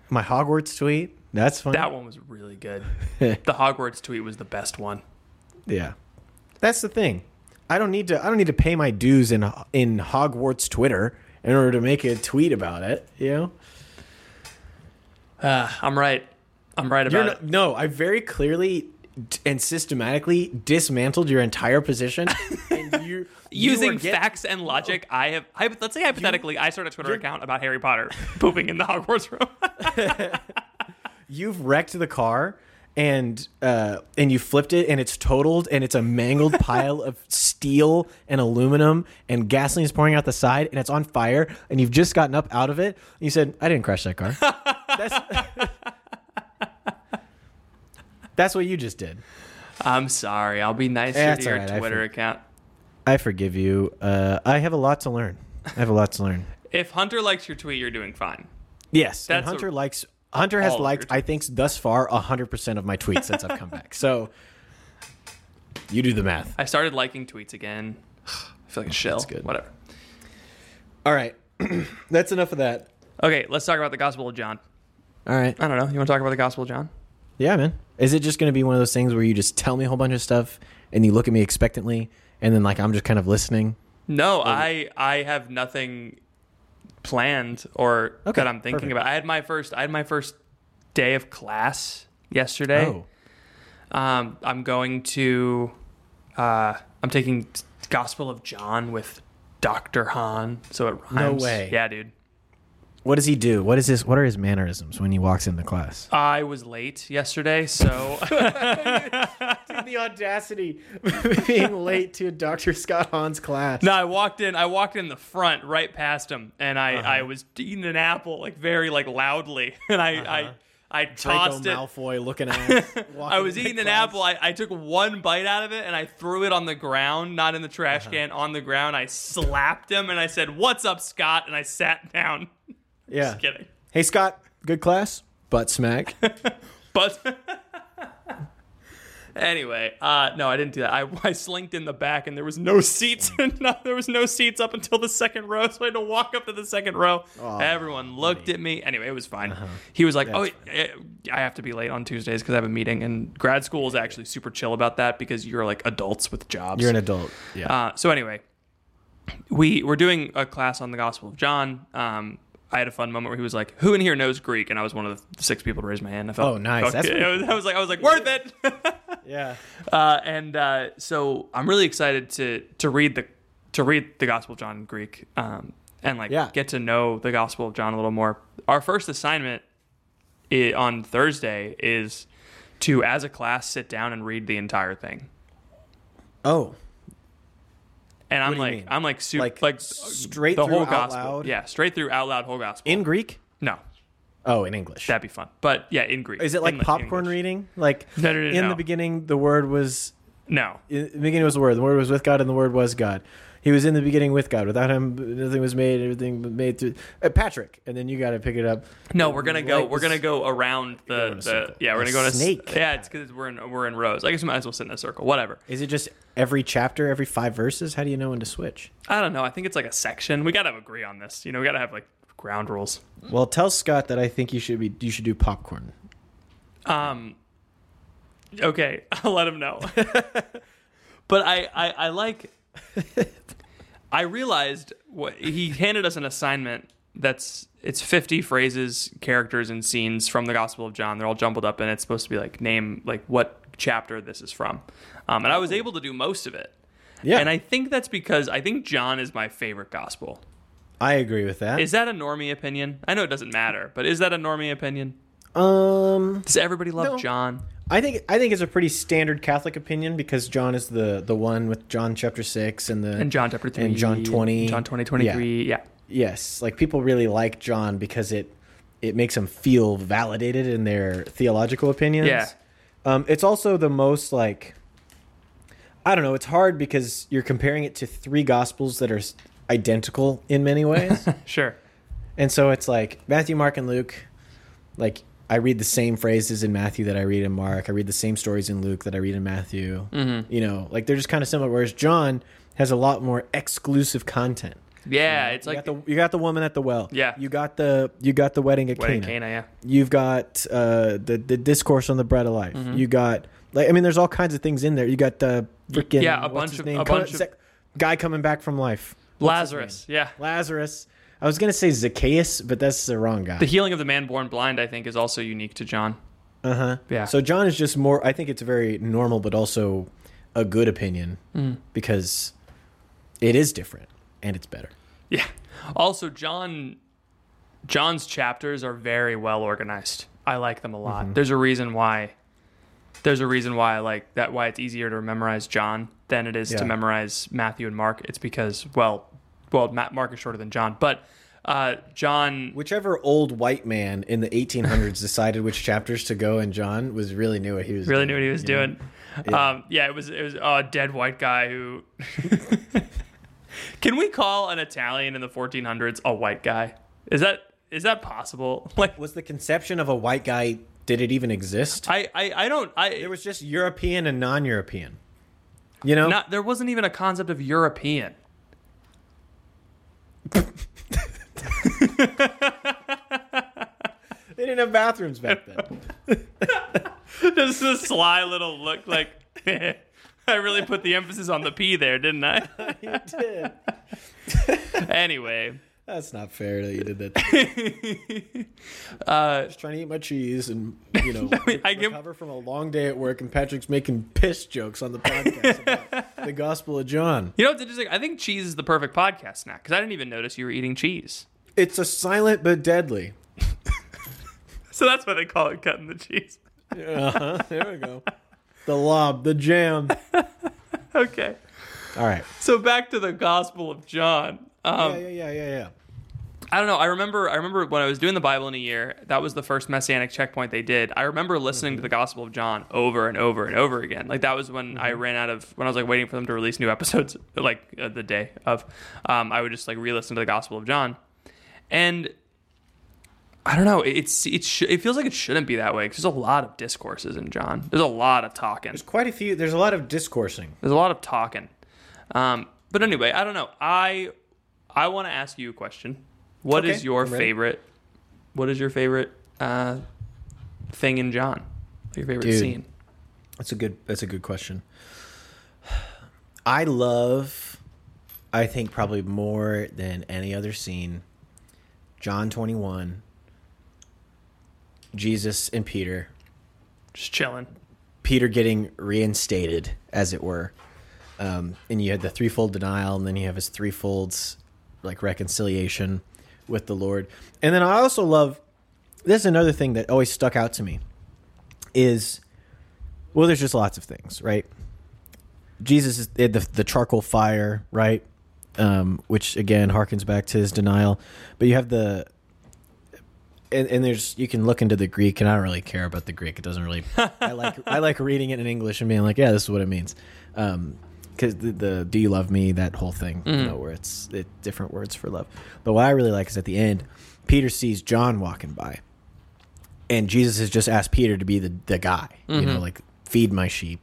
Speaker 2: my hogwarts tweet that's fun
Speaker 1: that one was really good. The Hogwarts tweet was the best one.
Speaker 2: yeah that's the thing i don't need to i don't need to pay my dues in in hogwarts twitter in order to make a tweet about it you know
Speaker 1: Uh, I'm right. I'm right
Speaker 2: You're
Speaker 1: about
Speaker 2: no, no i very clearly d- and systematically dismantled your entire position and you
Speaker 1: it. Using
Speaker 2: you were get- Oh.
Speaker 1: facts and logic, I have. I, let's say hypothetically, I start a Twitter account about Harry Potter pooping in the Hogwarts room.
Speaker 2: you've wrecked the car and uh, and you flipped it and it's totaled and it's a mangled pile of steel and aluminum and gasoline is pouring out the side and it's on fire and you've just gotten up out of it and you said i didn't crash that car that's, that's what you just did
Speaker 1: I'm sorry. I'll be nicer
Speaker 2: That's
Speaker 1: to your
Speaker 2: all right, I
Speaker 1: Twitter
Speaker 2: think-
Speaker 1: account.
Speaker 2: i forgive you uh, i have a lot to learn i have a lot to learn
Speaker 1: If Hunter likes your tweet, you're doing fine.
Speaker 2: yes and
Speaker 1: That's a-
Speaker 2: hunter likes hunter has
Speaker 1: All of your
Speaker 2: liked i think thus far 100% of my tweets since i've come back so you do the math
Speaker 1: I started liking tweets again. I feel like a shell.
Speaker 2: good.
Speaker 1: Whatever.
Speaker 2: All right. That's enough of that.
Speaker 1: Okay, let's talk about the Gospel of John.
Speaker 2: All right.
Speaker 1: I don't know. You want to talk about the Gospel of John?
Speaker 2: Yeah, man. Is it just going to be one of those things where you just tell me a whole bunch of stuff and you look at me expectantly and then like I'm just kind of listening?
Speaker 1: No, I I have nothing planned or
Speaker 2: Okay,
Speaker 1: that I'm thinking
Speaker 2: perfect.
Speaker 1: about. I had my first I had my first day of class
Speaker 2: Oh.
Speaker 1: yesterday. Um, I'm going to uh, I'm taking Gospel of John with Doctor Han, so it rhymes.
Speaker 2: way.
Speaker 1: Yeah, dude.
Speaker 2: What does he do? What is this? What are his mannerisms when he walks into class?
Speaker 1: I was late yesterday, so
Speaker 2: the audacity being late to Dr. Scott Hahn's class.
Speaker 1: no, I walked in. I walked in the front, right past him, and I, I
Speaker 2: Uh-huh.
Speaker 1: was eating an apple like very like loudly, and I
Speaker 2: Uh-huh.
Speaker 1: I I tossed it.
Speaker 2: Malfoy looking at
Speaker 1: I was eating an apple. I, I took one bite out of it and I threw it on the ground, not in the trash can, on the ground. I slapped him and I said, What's up, Scott? And I sat down.
Speaker 2: Yeah.
Speaker 1: Just kidding.
Speaker 2: Hey, Scott, good class? Butt smack.
Speaker 1: But anyway, uh, no, I didn't do that. I, I slinked in the back and there was no seats. no, there was no seats up until the second row. So I had to walk up to the second row. Everyone looked at me. Anyway, it was fine. He was like, Oh, eh, I have to be late on Tuesdays because I have a meeting. And grad school is actually super chill about that because you're like adults with jobs.
Speaker 2: You're an adult. Yeah.
Speaker 1: Uh, so anyway, we we're doing a class on the Gospel of John. Um, I had a fun moment where he was like, "Who in here knows Greek?" And I was one of the six people to raise my hand. I felt
Speaker 2: Oh, nice.
Speaker 1: felt
Speaker 2: That's
Speaker 1: good.
Speaker 2: pretty
Speaker 1: I was- I was like, I was like, worth it.
Speaker 2: yeah.
Speaker 1: uh, and uh, so I'm really excited to to read the to read the Gospel of John in Greek um, and like
Speaker 2: Yeah.
Speaker 1: get to know the Gospel of John a little more. Our first assignment i on Thursday is to, as a class, sit down and read the entire thing.
Speaker 2: Oh,
Speaker 1: And I'm
Speaker 2: do you
Speaker 1: like,
Speaker 2: mean?
Speaker 1: I'm like, super, like,
Speaker 2: Like, straight
Speaker 1: the
Speaker 2: through
Speaker 1: whole
Speaker 2: out
Speaker 1: gospel.
Speaker 2: loud?
Speaker 1: Yeah, straight through out loud, whole gospel.
Speaker 2: in Greek?
Speaker 1: no,
Speaker 2: Oh, in English.
Speaker 1: that'd be fun. But yeah, in Greek.
Speaker 2: Is it like
Speaker 1: In
Speaker 2: popcorn
Speaker 1: English.
Speaker 2: reading? Like
Speaker 1: No, no, no,
Speaker 2: in
Speaker 1: no.
Speaker 2: the beginning, the word was
Speaker 1: No,
Speaker 2: in the beginning was the word. The word was with God, and the word was God. He was in the beginning with God. Without him, nothing was made. Everything was made through uh, Patrick, and then you got to pick it up.
Speaker 1: no. We're gonna go.
Speaker 2: Like
Speaker 1: We're
Speaker 2: this-
Speaker 1: gonna go around
Speaker 2: Go in
Speaker 1: the.
Speaker 2: a
Speaker 1: the
Speaker 2: circle.
Speaker 1: yeah, we're gonna
Speaker 2: A
Speaker 1: go in a s-
Speaker 2: snake.
Speaker 1: Yeah, it's because we're in we're in rows. I guess we might as well sit in a circle. Whatever.
Speaker 2: Is it just every chapter, every five verses? How do you know when to switch?
Speaker 1: I don't know. I think it's like a section. We gotta agree on this. You know, we gotta have like ground rules.
Speaker 2: Well, tell Scott that I think you should be. You should do popcorn.
Speaker 1: Um. Okay, I'll let him know. but I, I I like I realized what he handed us an assignment that's it's 50 phrases, characters and scenes from the Gospel of John. They're all jumbled up and it's supposed to be like name like what chapter this is from. Um, and I was able to do most of it.
Speaker 2: Oh. Yeah,
Speaker 1: And I think that's because I think John is my favorite gospel.
Speaker 2: I agree with that.
Speaker 1: Is that a normie opinion? I know it doesn't matter, but is that a normie opinion?
Speaker 2: um,
Speaker 1: Does everybody love
Speaker 2: No.
Speaker 1: John?
Speaker 2: I think I think it's a pretty standard Catholic opinion because John is the the one with John chapter six and the
Speaker 1: And John chapter 3.
Speaker 2: and John twenty
Speaker 1: John 20, 23. Yeah.
Speaker 2: Yes, like people really like John because it it makes them feel validated in their theological opinions.
Speaker 1: Yeah.
Speaker 2: Um, it's also the most like I don't know. It's hard because you're comparing it to three gospels that are s- identical in many ways,
Speaker 1: Sure.
Speaker 2: and so it's like Matthew, Mark, and Luke. Like I read the same phrases in Matthew that I read in Mark. I read the same stories in Luke that I read in Matthew. You know, like they're just kind of similar. Whereas John has a lot more exclusive content
Speaker 1: Yeah, it's
Speaker 2: you
Speaker 1: like
Speaker 2: got the you got the woman at the well.
Speaker 1: Yeah.
Speaker 2: You got the you got the wedding at
Speaker 1: Wedding
Speaker 2: Cana.
Speaker 1: Cana, yeah.
Speaker 2: You've got uh, the the discourse on the bread of life.
Speaker 1: Mm-hmm.
Speaker 2: You got like I mean, there's all kinds of things in there. You got the freaking
Speaker 1: Yeah, a
Speaker 2: what's
Speaker 1: bunch
Speaker 2: his
Speaker 1: of-
Speaker 2: name?
Speaker 1: a
Speaker 2: Come-
Speaker 1: bunch of-
Speaker 2: sec- guy coming back from life.
Speaker 1: Lazarus. Yeah.
Speaker 2: Lazarus. I was gonna say Zacchaeus, but that's the wrong
Speaker 1: The
Speaker 2: guy.
Speaker 1: healing of the man born blind, I think, is also unique to John.
Speaker 2: Uh huh.
Speaker 1: Yeah.
Speaker 2: So John is just more. I think it's very normal, but also a good opinion
Speaker 1: Mm.
Speaker 2: because it is different and it's better.
Speaker 1: Yeah. Also, John John's chapters are very well organized. I like them a lot.
Speaker 2: Mm-hmm.
Speaker 1: There's a reason why. There's a reason why I like that. Why it's easier to memorize John than it is
Speaker 2: Yeah.
Speaker 1: to memorize Matthew and Mark. It's because well, well, Matt Mark is shorter than John, but uh, John.
Speaker 2: Whichever old white man in the 1800s decided which chapters to go in John was really knew what he was
Speaker 1: really
Speaker 2: doing,
Speaker 1: knew what he was
Speaker 2: you know?
Speaker 1: doing. Um, yeah, it was it was a dead white guy who. Can we call an Italian in the 1400s a white guy? Is that is that possible? Like,
Speaker 2: Was the conception of a white guy did it even exist?
Speaker 1: I I, I don't I
Speaker 2: It was just European and non-European. You know?
Speaker 1: not there wasn't even a concept of European.
Speaker 2: they didn't have bathrooms back then.
Speaker 1: Just a sly little look, like I really put the emphasis on the P there, didn't I?
Speaker 2: you did.
Speaker 1: Anyway,
Speaker 2: That's not fair that you did that. to me. just trying to eat my cheese and, you know,
Speaker 1: Uh, I give-
Speaker 2: recover from a long day at work and Patrick's making piss jokes on the podcast about the Gospel of John.
Speaker 1: you know what's interesting? I think cheese is the perfect podcast snack because I didn't even notice you were eating cheese.
Speaker 2: It's a silent but deadly.
Speaker 1: So that's why they call it cutting the cheese.
Speaker 2: Uh-huh. There we go. The lob, the jam.
Speaker 1: Okay.
Speaker 2: All right.
Speaker 1: So back to the Gospel of John. Um,
Speaker 2: Yeah, yeah, yeah, yeah, yeah.
Speaker 1: I don't know. I remember. I remember when I was doing the Bible in a year. That was the first messianic checkpoint they did. I remember listening to the Gospel of John over and over and over again. Like that was when I ran out of when I was like waiting for them to release new episodes. Like uh, the day of, um, I would just like re-listen to the Gospel of John, and I don't know. it- It's it sh- it feels like it shouldn't be that way because there's a lot of discourses in John. There's a lot of talking.
Speaker 2: There's quite a few. There's a lot of discoursing.
Speaker 1: There's a lot of talking. Um, but anyway, I don't know. I I want to ask you a question. What is
Speaker 2: Okay,
Speaker 1: your
Speaker 2: I'm ready.
Speaker 1: favorite? What is your favorite uh, thing in John? Your favorite
Speaker 2: Dude.
Speaker 1: scene?
Speaker 2: That's a good. That's a good question. I love. I think probably more than any other scene. John twenty one. Jesus and Peter.
Speaker 1: Just chilling.
Speaker 2: Peter getting reinstated, as it were. Um, and you had the threefold denial, and then you have his threefolds, like reconciliation with the Lord. And then I also love this is another thing that always stuck out to me is well, there's just lots of things, right? Jesus is they had the the charcoal fire, right? Um, which again harkens back to his denial. But you have the and, and there's you can look into the Greek, and I don't really care about the Greek. It doesn't really. I like I like reading it in English and being like, yeah, this is what it means. Um, because the, the "Do you love me?" that whole thing, you know, where it's it, different words for love. But what I really like is at the end, Peter sees John walking by, and Jesus has just asked Peter to be the the guy, you know, like feed my sheep,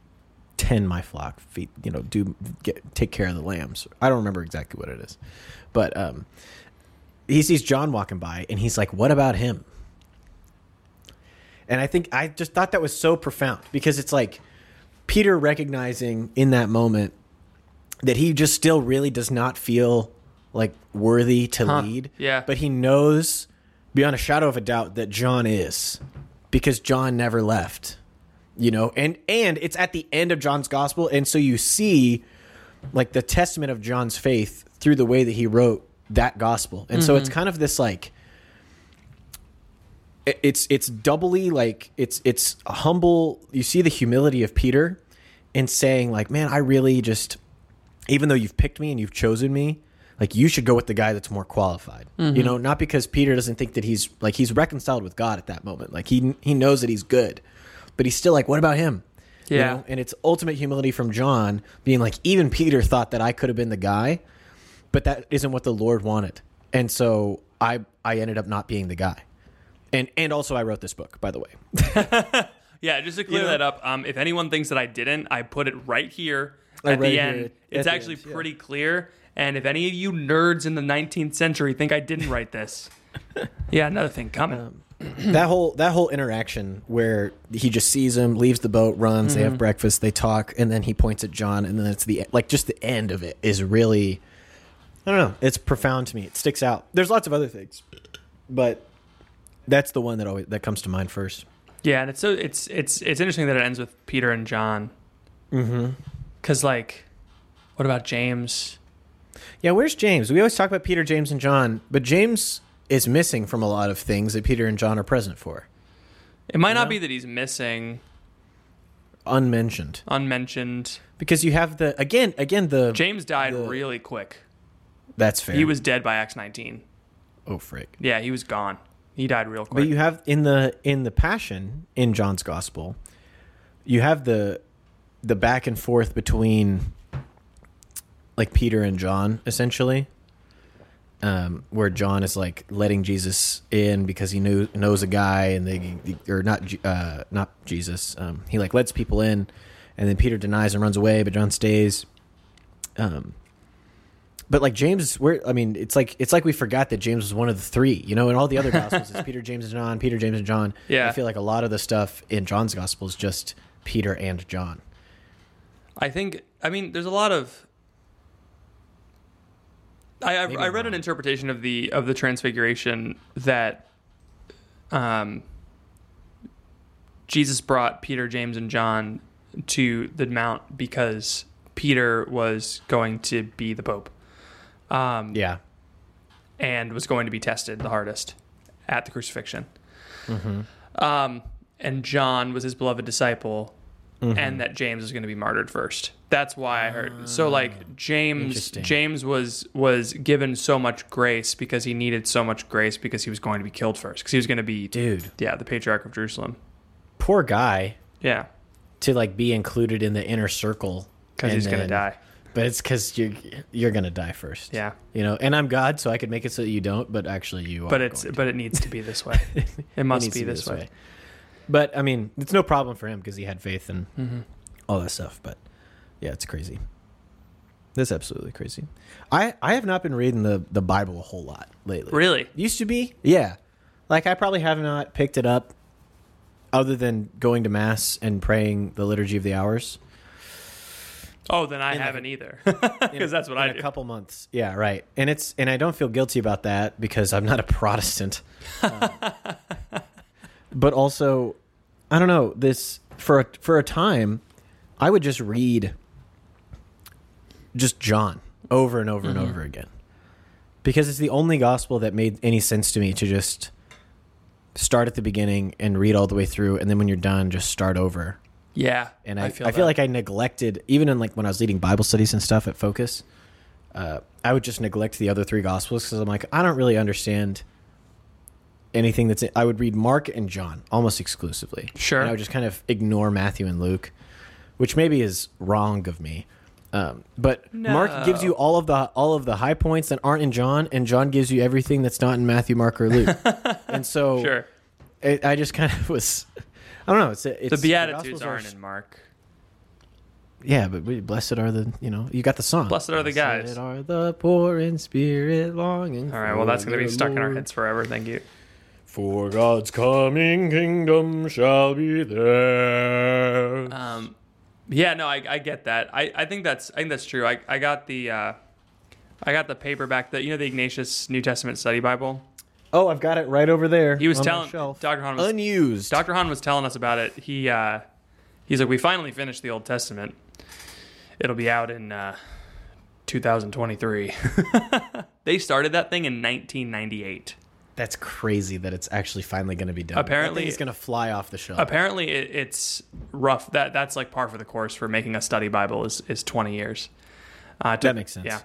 Speaker 2: tend my flock, feed, you know, do get, take care of the lambs. I don't remember exactly what it is, but um, he sees John walking by and he's like, "What about him?" And I think I just thought that was so profound because it's like Peter recognizing in that moment that he just still really does not feel like worthy to
Speaker 1: Huh.
Speaker 2: lead.
Speaker 1: Yeah.
Speaker 2: But he knows beyond a shadow of a doubt that John is because John never left. You know, and and it's at the end of John's gospel and so you see like the testament of John's faith through the way that he wrote that gospel. And so it's kind of this like it- it's it's doubly like it's it's humble you see the humility of Peter in saying like man I really just even though you've picked me and you've chosen me like you should go with the guy that's more qualified you know not because Peter doesn't think that he's like he's reconciled with God at that moment like he he knows that he's good but he's still like what about him You
Speaker 1: Yeah.
Speaker 2: know? and it's ultimate humility from John being like even Peter thought that I could have been the guy but that isn't what the Lord wanted. And so I I ended up not being the guy. And and also I wrote this book, by the way.
Speaker 1: Yeah, just to clear
Speaker 2: know?
Speaker 1: that up, um, if anyone thinks that I didn't, I put it right here
Speaker 2: Like
Speaker 1: at
Speaker 2: right
Speaker 1: the
Speaker 2: here
Speaker 1: end.
Speaker 2: at
Speaker 1: it's
Speaker 2: the
Speaker 1: actually
Speaker 2: end, yeah.
Speaker 1: pretty clear. And if any of you nerds in the 19th century think I didn't write this, yeah, another thing coming.
Speaker 2: Um, that whole that whole interaction where he just sees him, leaves the boat, runs, they have breakfast, they talk, and then he points at John, and then it's the like just the end of it is really I don't know. It's profound to me. It sticks out. There's lots of other things, but that's the one that always that comes to mind first.
Speaker 1: yeah, and it's so it's it's it's interesting that it ends with Peter and John. Mm-hmm. Cause like, what about James?
Speaker 2: Yeah, where's James? We always talk about Peter, James, and John, but James is missing from a lot of things that Peter and John are present for.
Speaker 1: It might not be that he's missing,
Speaker 2: Unmentioned.
Speaker 1: unmentioned.
Speaker 2: Because you have the again, again the
Speaker 1: James died
Speaker 2: The-
Speaker 1: really quick.
Speaker 2: that's fair.
Speaker 1: He was dead by Acts 19.
Speaker 2: oh frick.
Speaker 1: Yeah, he was gone. He died real quick.
Speaker 2: But you have in the in the passion in John's gospel, you have the the back and forth between like Peter and John essentially. Um, where John is like letting Jesus in because he knew knows a guy and they or not Je- uh, not Jesus. Um, he like lets people in, and then Peter denies and runs away, but John stays. Um, but like James, we're I mean, it's like it's like we forgot that James was one of the three, you know, and all the other gospels is Peter, James, and John, Peter, James, and John.
Speaker 1: Yeah.
Speaker 2: I feel like a lot of the stuff in John's gospel is just Peter and John.
Speaker 1: I think I mean there's a lot of I I, I read an interpretation of the of the transfiguration that um Jesus brought Peter, James and John to the mount because Peter was going to be the pope um
Speaker 2: Yeah.
Speaker 1: and was going to be tested the hardest at the crucifixion. Um and John was his beloved disciple and that James was going to be martyred first. That's why I heard. So like James
Speaker 2: Ah, Interesting.
Speaker 1: James was was given so much grace because he needed so much grace because he was going to be killed first cuz he was going to be
Speaker 2: Dude,
Speaker 1: yeah, the patriarch of Jerusalem.
Speaker 2: poor guy
Speaker 1: Yeah,
Speaker 2: to like be included in the inner circle
Speaker 1: cuz
Speaker 2: and
Speaker 1: he's going to
Speaker 2: then-
Speaker 1: die.
Speaker 2: But it's because you're you're gonna die first.
Speaker 1: Yeah.
Speaker 2: You know, and I'm God, so I could make it so that you don't, but actually you
Speaker 1: But
Speaker 2: are
Speaker 1: it's
Speaker 2: going to.
Speaker 1: but it needs to be this way. It must
Speaker 2: needs
Speaker 1: be
Speaker 2: to
Speaker 1: this, way.
Speaker 2: But I mean, it's no problem for him because he had faith and
Speaker 1: Mm-hmm.
Speaker 2: all that stuff. But yeah, it's crazy. That's absolutely crazy. I I have not been reading the the Bible a whole lot lately.
Speaker 1: Really?
Speaker 2: Used to be, yeah. Like I probably have not picked it up, other than going to mass and praying the liturgy of the hours.
Speaker 1: Oh, then I
Speaker 2: In like-
Speaker 1: haven't either. Cuz that's what
Speaker 2: in
Speaker 1: I
Speaker 2: a
Speaker 1: do.
Speaker 2: couple months. Yeah, right. And it's and I don't feel guilty about that because I'm not a Protestant. Um, but also, I don't know this for a, for a time. I would just read just John over and over and over again because it's the only gospel that made any sense to me to just start at the beginning and read all the way through, and then when you're done, just start over
Speaker 1: Yeah.
Speaker 2: and I, I feel,
Speaker 1: feel that.
Speaker 2: like I neglected even in like when I was leading Bible studies and stuff at Focus, uh, I would just neglect the other three Gospels because I'm like I don't really understand anything that's. I would read Mark and John almost exclusively.
Speaker 1: Sure.
Speaker 2: and I would just kind of ignore Matthew and Luke, which maybe is wrong of me. Um, but Mark gives
Speaker 1: No.
Speaker 2: you all of the all of the high points that aren't in John, and John gives you everything that's not in Matthew, Mark, or Luke. and so
Speaker 1: Sure.
Speaker 2: it, I just kind of was. I don't know. It's, it's
Speaker 1: The
Speaker 2: Gospels
Speaker 1: Beatitudes
Speaker 2: are
Speaker 1: aren't in Mark.
Speaker 2: yeah, but we, blessed are the you know you got the song.
Speaker 1: Blessed are the guys.
Speaker 2: Blessed are the poor in spirit, longing.
Speaker 1: All right, well, that's going to be stuck in our
Speaker 2: heads.
Speaker 1: heads forever. Thank you.
Speaker 2: For God's coming kingdom shall be there.
Speaker 1: Um, Yeah, no, I, I get that. I, I think that's I think that's true. I, I got the uh, I got the paperback that you know the Ignatius New Testament Study Bible.
Speaker 2: Oh, I've got it right over there.
Speaker 1: He was
Speaker 2: on my
Speaker 1: telling
Speaker 2: shelf.
Speaker 1: Dr. Hahn was
Speaker 2: unused.
Speaker 1: Dr. Hahn was telling us about it. He uh, he's like, we finally finished the Old Testament. It'll be out in uh, 2023. they started that thing in 1998.
Speaker 2: That's crazy that it's actually finally going to be done.
Speaker 1: Apparently-
Speaker 2: it's going to fly off the shelf.
Speaker 1: Apparently, it, it's rough. That that's like par for the course for making a study Bible is is 20 years. Uh, to-
Speaker 2: That makes sense.
Speaker 1: Yeah.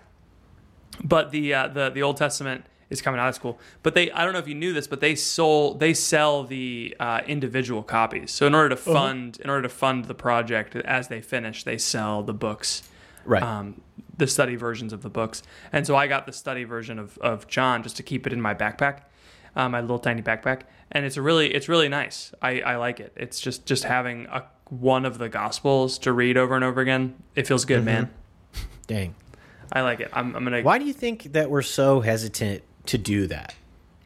Speaker 1: But the uh, the the Old Testament is coming out of school. But they I don't know if you knew this, but they sold they sell the uh, individual copies. So in order
Speaker 2: Uh-huh.
Speaker 1: to fund in order to fund the project as they finish, they sell the books,
Speaker 2: Right.
Speaker 1: um, the study versions of the books. And so I got the study version of of John just to keep it in my backpack, uh, my little tiny backpack. And it's a really it's really nice. I I like it. It's just just having a one of the gospels to read over and over again. It feels good, man.
Speaker 2: Dang.
Speaker 1: I like it. I'm, I'm gonna
Speaker 2: Mm-hmm. Why do you think that we're so hesitant to do that?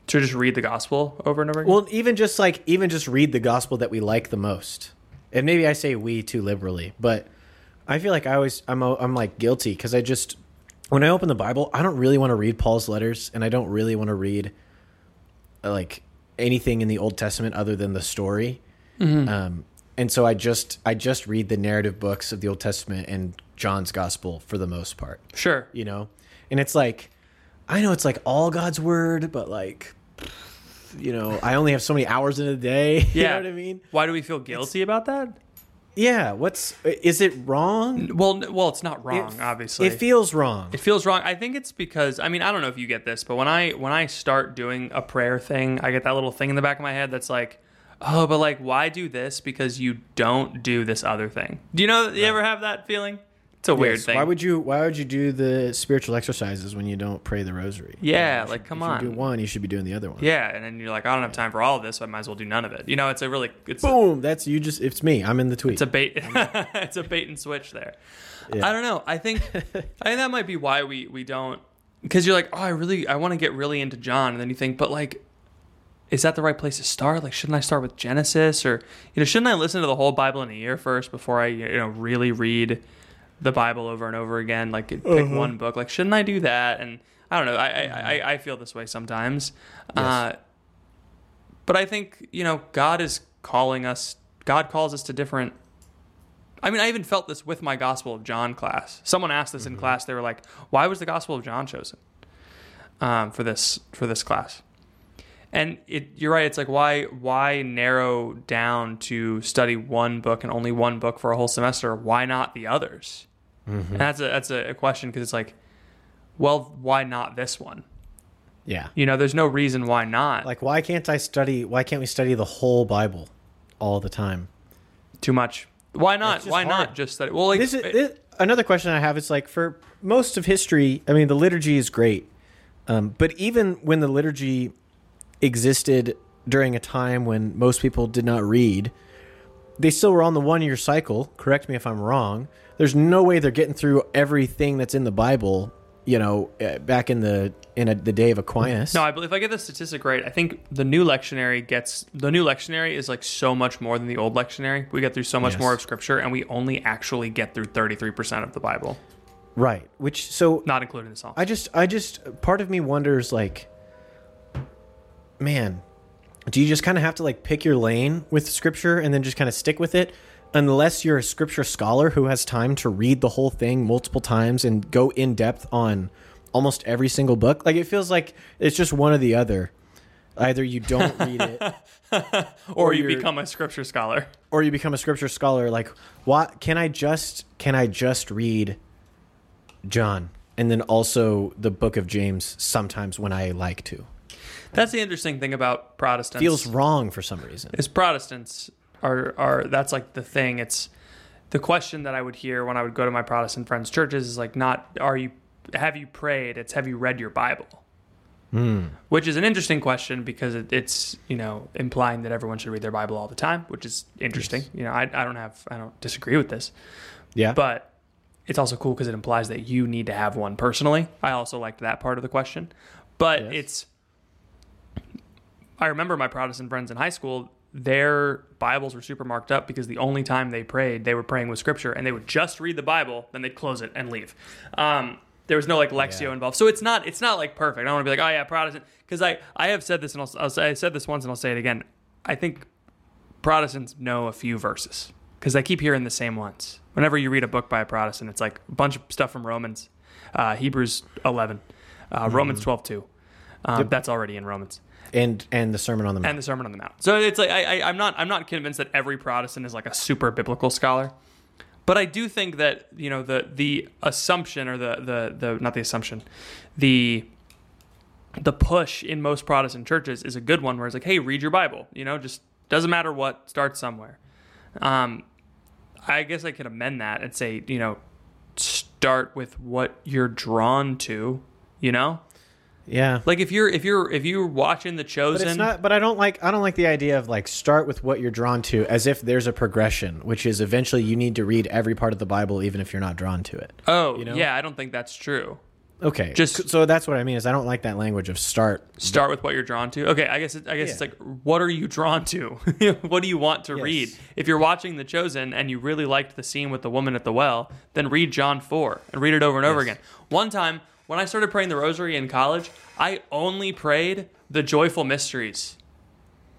Speaker 1: to just read the gospel over and over again.
Speaker 2: Well, even just like even just read the gospel that we like the most, and maybe I say we too liberally, but I feel like I always I'm o- I'm like guilty because I just when I open the Bible, I don't really want to read Paul's letters, and I don't really want to read uh, like anything in the Old Testament other than the story.
Speaker 1: Mm-hmm.
Speaker 2: Um, and so I just I just read the narrative books of the Old Testament and John's Gospel for the most part
Speaker 1: sure.
Speaker 2: you know and it's like i know it's like all god's word but like you know i only have so many hours in a day you know what i mean
Speaker 1: Why do we feel guilty about that?
Speaker 2: yeah what's is it wrong
Speaker 1: Well, n- well, it's not wrong.
Speaker 2: It-
Speaker 1: obviously,
Speaker 2: it feels wrong
Speaker 1: it feels wrong. I think it's because I mean I don't know if you get this, but when I when I start doing a prayer thing, I get that little thing in the back of my head that's like, oh, but like why do this because you don't do this other thing. Do you know? You ever have that feeling? It's a weird
Speaker 2: Yes,
Speaker 1: thing.
Speaker 2: why would you why would you do the spiritual exercises when you don't pray the rosary
Speaker 1: yeah, like come
Speaker 2: if
Speaker 1: on.
Speaker 2: you do one you should be doing the other one
Speaker 1: yeah, and then you're like, I don't have time for all of this, so I might as well do none of it. You know, it's a really it's a-
Speaker 2: boom that's you just it's me i'm in the tweet
Speaker 1: It's a bait. it's a bait and switch there.
Speaker 2: Yeah.
Speaker 1: I don't know. I think I think that might be why we we don't because you're like, oh, I really I want to get really into John, and then you think, but like, is that the right place to start? Like, shouldn't I start with Genesis or you know, shouldn't I listen to the whole Bible in a year first before I you know really read the Bible over and over again? Like, pick one book. Like, shouldn't I do that? And I don't know. I I, I, I feel this way sometimes. Uh, but I think you know God is calling us. God calls us to different. I mean, I even felt this with my Gospel of John class. Someone asked this in
Speaker 2: Mm-hmm.
Speaker 1: class. They were like, "Why was the Gospel of John chosen um, for this for this class?" And it, you're right. It's like why why narrow down to study one book and only one book for a whole semester? Why not the others?
Speaker 2: Mm-hmm.
Speaker 1: And that's a that's a, a question because it's like, well, why not this one?
Speaker 2: yeah
Speaker 1: You know, there's no reason why not.
Speaker 2: like why can't i study why can't we study the whole bible all the time
Speaker 1: too much. Why not?
Speaker 2: It's just
Speaker 1: Why not
Speaker 2: hard.
Speaker 1: just that? Well, like
Speaker 2: this is
Speaker 1: it-
Speaker 2: this, another question I have. Is like for most of history, I mean, the liturgy is great, um, but even when the liturgy existed during a time when most people did not read, they still were on the one-year cycle. Correct me if I'm wrong. There's no way they're getting through everything that's in the Bible. You know, uh, back in the in a, the day of Aquinas.
Speaker 1: no, I believe if I get the statistic right, I think the new lectionary gets the new lectionary is like so much more than the old lectionary. We get through so much
Speaker 2: Yes.
Speaker 1: more of scripture, and we only actually get through thirty three percent of the Bible,
Speaker 2: right. Which so
Speaker 1: not including the Psalms.
Speaker 2: I just, I just, part of me wonders, like, man, do you just kind of have to like pick your lane with scripture and then just kind of stick with it? Unless you're a scripture scholar who has time to read the whole thing multiple times and go in depth on almost every single book. Like, it feels like it's just one or the other. Either you don't read it
Speaker 1: or you
Speaker 2: you're-
Speaker 1: become a scripture scholar.
Speaker 2: or you become a scripture scholar like what can i just can i just read john and then also the book of james sometimes when i like to
Speaker 1: That's the interesting thing about Protestants.
Speaker 2: feels wrong for some reason
Speaker 1: is Protestants are are that's like the thing. It's the question that I would hear when I would go to my Protestant friends' churches is like not are you have you prayed? It's have you read your Bible? Which is an interesting question because it, it's you know implying that everyone should read their Bible all the time, which is interesting. You know, I, I don't have I don't disagree with this,
Speaker 2: yeah
Speaker 1: but it's also cool because it implies that you need to have one personally. I also liked that part of the question, but
Speaker 2: Yes.
Speaker 1: it's. I remember my Protestant friends in high school. their Bibles were super marked up because the only time they prayed, they were praying with scripture and they would just read the Bible, then they'd close it and leave. Um, there was no like Lexio
Speaker 2: Yeah.
Speaker 1: involved. So it's not, it's not like perfect. I don't want to be like, oh yeah, Protestant. Cause I, I have said this and I'll, I'll say, I said this once and I'll say it again. I think Protestants know a few verses because I keep hearing the same ones. Whenever you read a book by a Protestant, it's like a bunch of stuff from Romans, uh, Hebrews 11, uh, Romans 12 2. Um, That's already in Romans
Speaker 2: and and the Sermon on the Mount.
Speaker 1: and the Sermon on the Mount. So it's like I, I, I'm not I'm not convinced that every Protestant is like a super biblical scholar, but I do think that you know the the assumption or the the the not the assumption, the the push in most Protestant churches is a good one where it's like hey read your Bible you know just doesn't matter what start somewhere. Um, I guess I could amend that and say you know start with what you're drawn to. You know,
Speaker 2: yeah,
Speaker 1: like if you're if you're if you're watching The
Speaker 2: but
Speaker 1: Chosen,
Speaker 2: it's not. But I don't like. I don't like the idea of like start with what you're drawn to, as if there's a progression, which is eventually you need to read every part of the Bible, even if you're not drawn to it.
Speaker 1: Oh,
Speaker 2: know?
Speaker 1: yeah, I don't think that's true.
Speaker 2: Okay,
Speaker 1: Just-
Speaker 2: so that's what I mean is I don't like that language of start.
Speaker 1: Start with what you're drawn to. Okay, I guess it, I guess it's like what are you drawn to? what do you want to read? If you're watching The Chosen and you really liked the scene with the woman at the well, then read John 4 and read it over and over again. One time when I started praying the rosary in college, I only prayed the joyful mysteries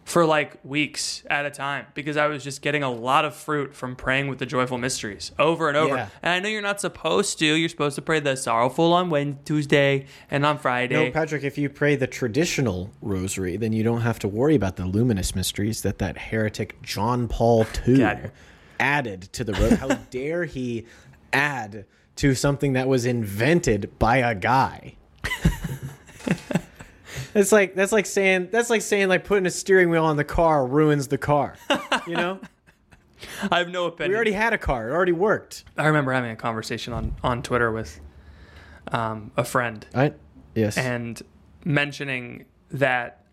Speaker 1: for like weeks at a time because I was just getting a lot of fruit from praying with the joyful mysteries over and over.
Speaker 2: Yeah.
Speaker 1: And I know you're not supposed to. You're supposed to pray the sorrowful on Wednesday, Tuesday, and on Friday.
Speaker 2: No, Patrick, if you pray the traditional rosary, then you don't have to worry about the luminous mysteries that that heretic John Paul
Speaker 1: out of
Speaker 2: II
Speaker 1: here.
Speaker 2: added to the rosary. How dare he add to something that was invented by a guy? That's like that's like saying that's like saying like putting a steering wheel on the car ruins the car. You know?
Speaker 1: I have no
Speaker 2: We
Speaker 1: opinion.
Speaker 2: already had a car. It already worked.
Speaker 1: I remember having a conversation on, on Twitter with um, a friend
Speaker 2: I yes.
Speaker 1: and mentioning that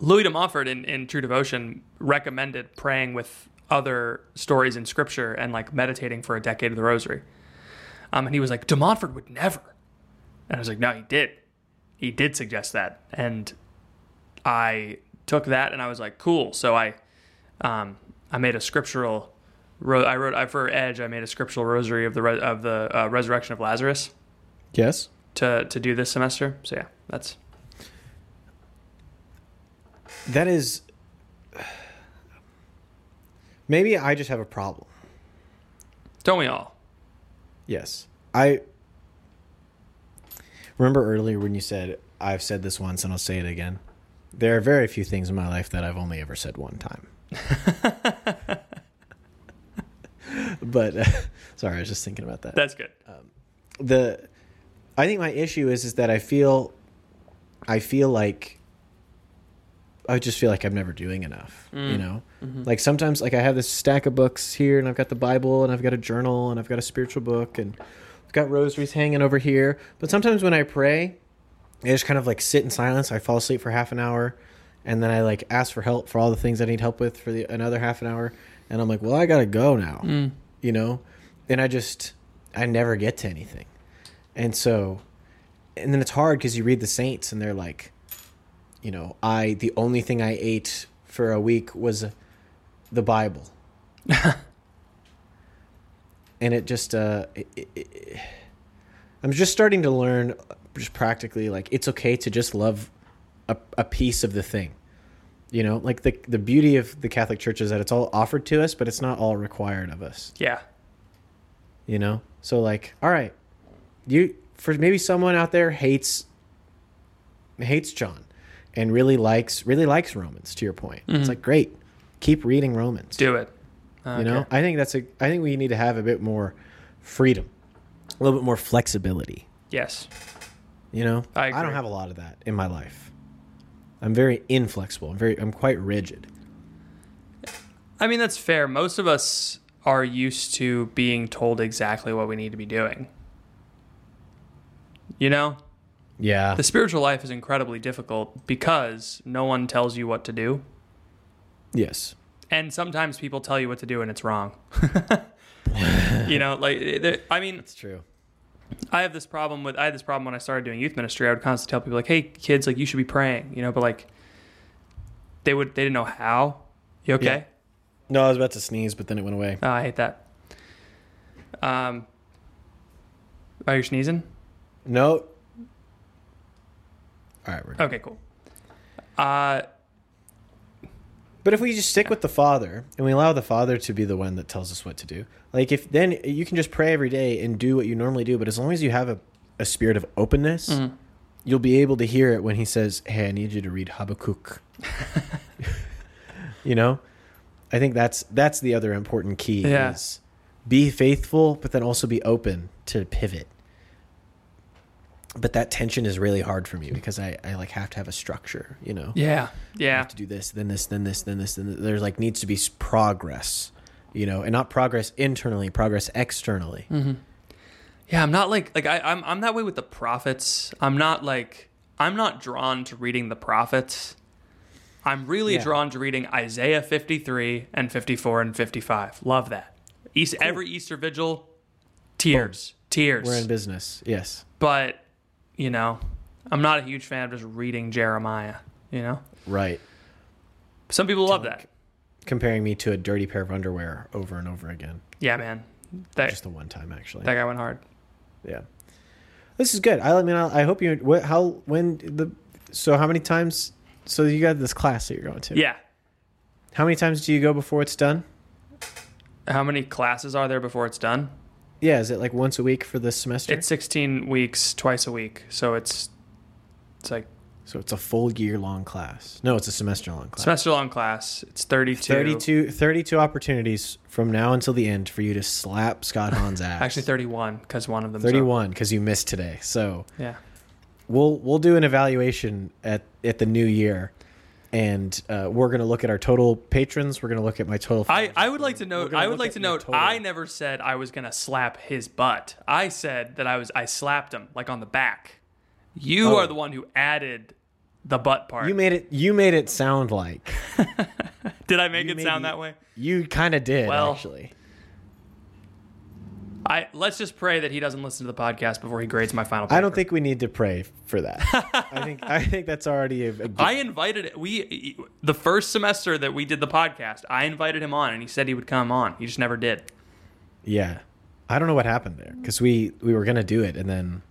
Speaker 1: Louis de Montfort in, in True Devotion recommended praying with other stories in scripture and like meditating for a decade of the rosary. Um, and he was like, de Montfort would never. And I was like, no, he did. He did suggest that. And I took that and I was like, cool. So I, um, I made a scriptural, ro- I wrote, I, for Edge, I made a scriptural rosary of the, re- of the uh, resurrection of Lazarus
Speaker 2: yes.
Speaker 1: to, to do this semester. So yeah, that's,
Speaker 2: That is. Maybe I just have a problem.
Speaker 1: Don't we all?
Speaker 2: Yes. I. Remember earlier when you said, I've said this once and I'll say it again? There are very few things in my life that I've only ever said one time. but sorry, I was just thinking about that.
Speaker 1: That's good.
Speaker 2: the I think my issue is is that I feel I feel like I just feel like I'm never doing enough, you know? Like sometimes like I have this stack of books here and I've got the Bible and I've got a journal and I've got a spiritual book and I've got rosaries hanging over here, but sometimes when I pray, I just kind of like sit in silence. I fall asleep for half an hour, and then I like ask for help for all the things I need help with for the another half an hour, and I'm like, well, I gotta go now, you know, and I just I never get to anything, and so, and then it's hard because you read the saints and they're like, you know, I the only thing I ate for a week was the Bible, and it just uh. It, it, it, I'm just starting to learn, uh, just practically, like it's okay to just love a, a piece of the thing. You know, like the the beauty of the Catholic Church is that it's all offered to us, but it's not all required of us.
Speaker 1: Yeah.
Speaker 2: You know, so like, all right, you for maybe someone out there hates hates John, and really likes really likes Romans. To your point,
Speaker 1: Mm-hmm.
Speaker 2: it's like great, keep reading Romans
Speaker 1: Do it. I
Speaker 2: you
Speaker 1: don't
Speaker 2: know
Speaker 1: care.
Speaker 2: i think that's a i think we need to have a bit more freedom a little bit more flexibility
Speaker 1: Yes.
Speaker 2: you know
Speaker 1: I
Speaker 2: don't
Speaker 1: agree.
Speaker 2: have a lot of that in my life i'm very inflexible i'm very i'm quite rigid
Speaker 1: I mean, that's fair. Most of us are used to being told exactly what we need to be doing. You know,
Speaker 2: yeah
Speaker 1: the spiritual life is incredibly difficult because no one tells you what to do.
Speaker 2: yes
Speaker 1: And sometimes people tell you what to do and it's wrong. you know, like, it- it- I mean,
Speaker 2: it's true
Speaker 1: I have this problem with I had this problem when I started doing youth ministry. I would constantly tell people like, "Hey, kids, like you should be praying," you know, but like they would they didn't know how, You okay?
Speaker 2: No, I was about to sneeze, but then it went away.
Speaker 1: Oh, I hate that. Um, are you sneezing?
Speaker 2: No. All right, we're good.
Speaker 1: Okay, cool. Uh,
Speaker 2: But if we just stick with the Father and we allow the Father to be the one that tells us what to do, like if then you can just pray every day and do what you normally do, but as long as you have a, a spirit of openness, you'll be able to hear it when he says, Hey, I need you to read Habakkuk. you know? I think that's that's the other important key
Speaker 1: Yeah.
Speaker 2: is be faithful, but then also be open to pivot. But that tension is really hard for me because I, I like have to have a structure, you know.
Speaker 1: yeah,
Speaker 2: I
Speaker 1: yeah,
Speaker 2: have to do this, then this, then this, then this, then this. there's like needs to be s- progress, you know, and not progress internally, progress externally.
Speaker 1: Mm-hmm. yeah. I'm not like like I, I'm I'm that way with the prophets. I'm not like I'm not drawn to reading the prophets. I'm really
Speaker 2: Yeah.
Speaker 1: drawn to reading Isaiah 53 and 54 and 55. Love that. East, Every Easter vigil, tears, tears.
Speaker 2: We're in business, yes.
Speaker 1: but you know, I'm not a huge fan of just reading Jeremiah. You know,
Speaker 2: Right.
Speaker 1: some people love that.
Speaker 2: Comparing me to a dirty pair of underwear over and over again,
Speaker 1: Yeah, man, that
Speaker 2: just the one time actually.
Speaker 1: that guy went hard.
Speaker 2: yeah. This is good. I, I mean, I, I hope you. What, how? When the? So how many times? So you got this class that you're going to.
Speaker 1: Yeah.
Speaker 2: How many times do you go before it's done?
Speaker 1: How many classes are there before it's done?
Speaker 2: Yeah, is it like once a week for this semester?
Speaker 1: It's 16 weeks, twice a week. So it's it's like
Speaker 2: so it's a full year long class. No, it's a semester long class.
Speaker 1: semester long class. It's 32.
Speaker 2: 32, 32 opportunities from now until the end for you to slap Scott Hahn's ass.
Speaker 1: Actually 31 cuz one of them
Speaker 2: 31 because you missed today. So
Speaker 1: Yeah.
Speaker 2: we'll we'll do an evaluation at at the new year, and uh, we're gonna look at our total patrons. We're gonna look at my total.
Speaker 1: I, I would like to
Speaker 2: We're
Speaker 1: note
Speaker 2: gonna
Speaker 1: I would
Speaker 2: look
Speaker 1: like
Speaker 2: at
Speaker 1: to
Speaker 2: your
Speaker 1: note
Speaker 2: total.
Speaker 1: I never said I was going to slap his butt. I said that I was I slapped him like on the back. You
Speaker 2: Oh.
Speaker 1: are the one who added the butt part.
Speaker 2: you made it. You made it sound like
Speaker 1: Did I make it
Speaker 2: made
Speaker 1: sound
Speaker 2: the-
Speaker 1: that way?
Speaker 2: you kind of did.
Speaker 1: Well.
Speaker 2: actually,
Speaker 1: I let's just pray that he doesn't listen to the podcast before he grades my final paper.
Speaker 2: I don't think we need to pray for that. I think I think that's already a, a
Speaker 1: I invited we the first semester that we did the podcast. I invited him on, and he said he would come on. He just never did.
Speaker 2: Yeah. I don't know what happened there because we, we were going to do it and then.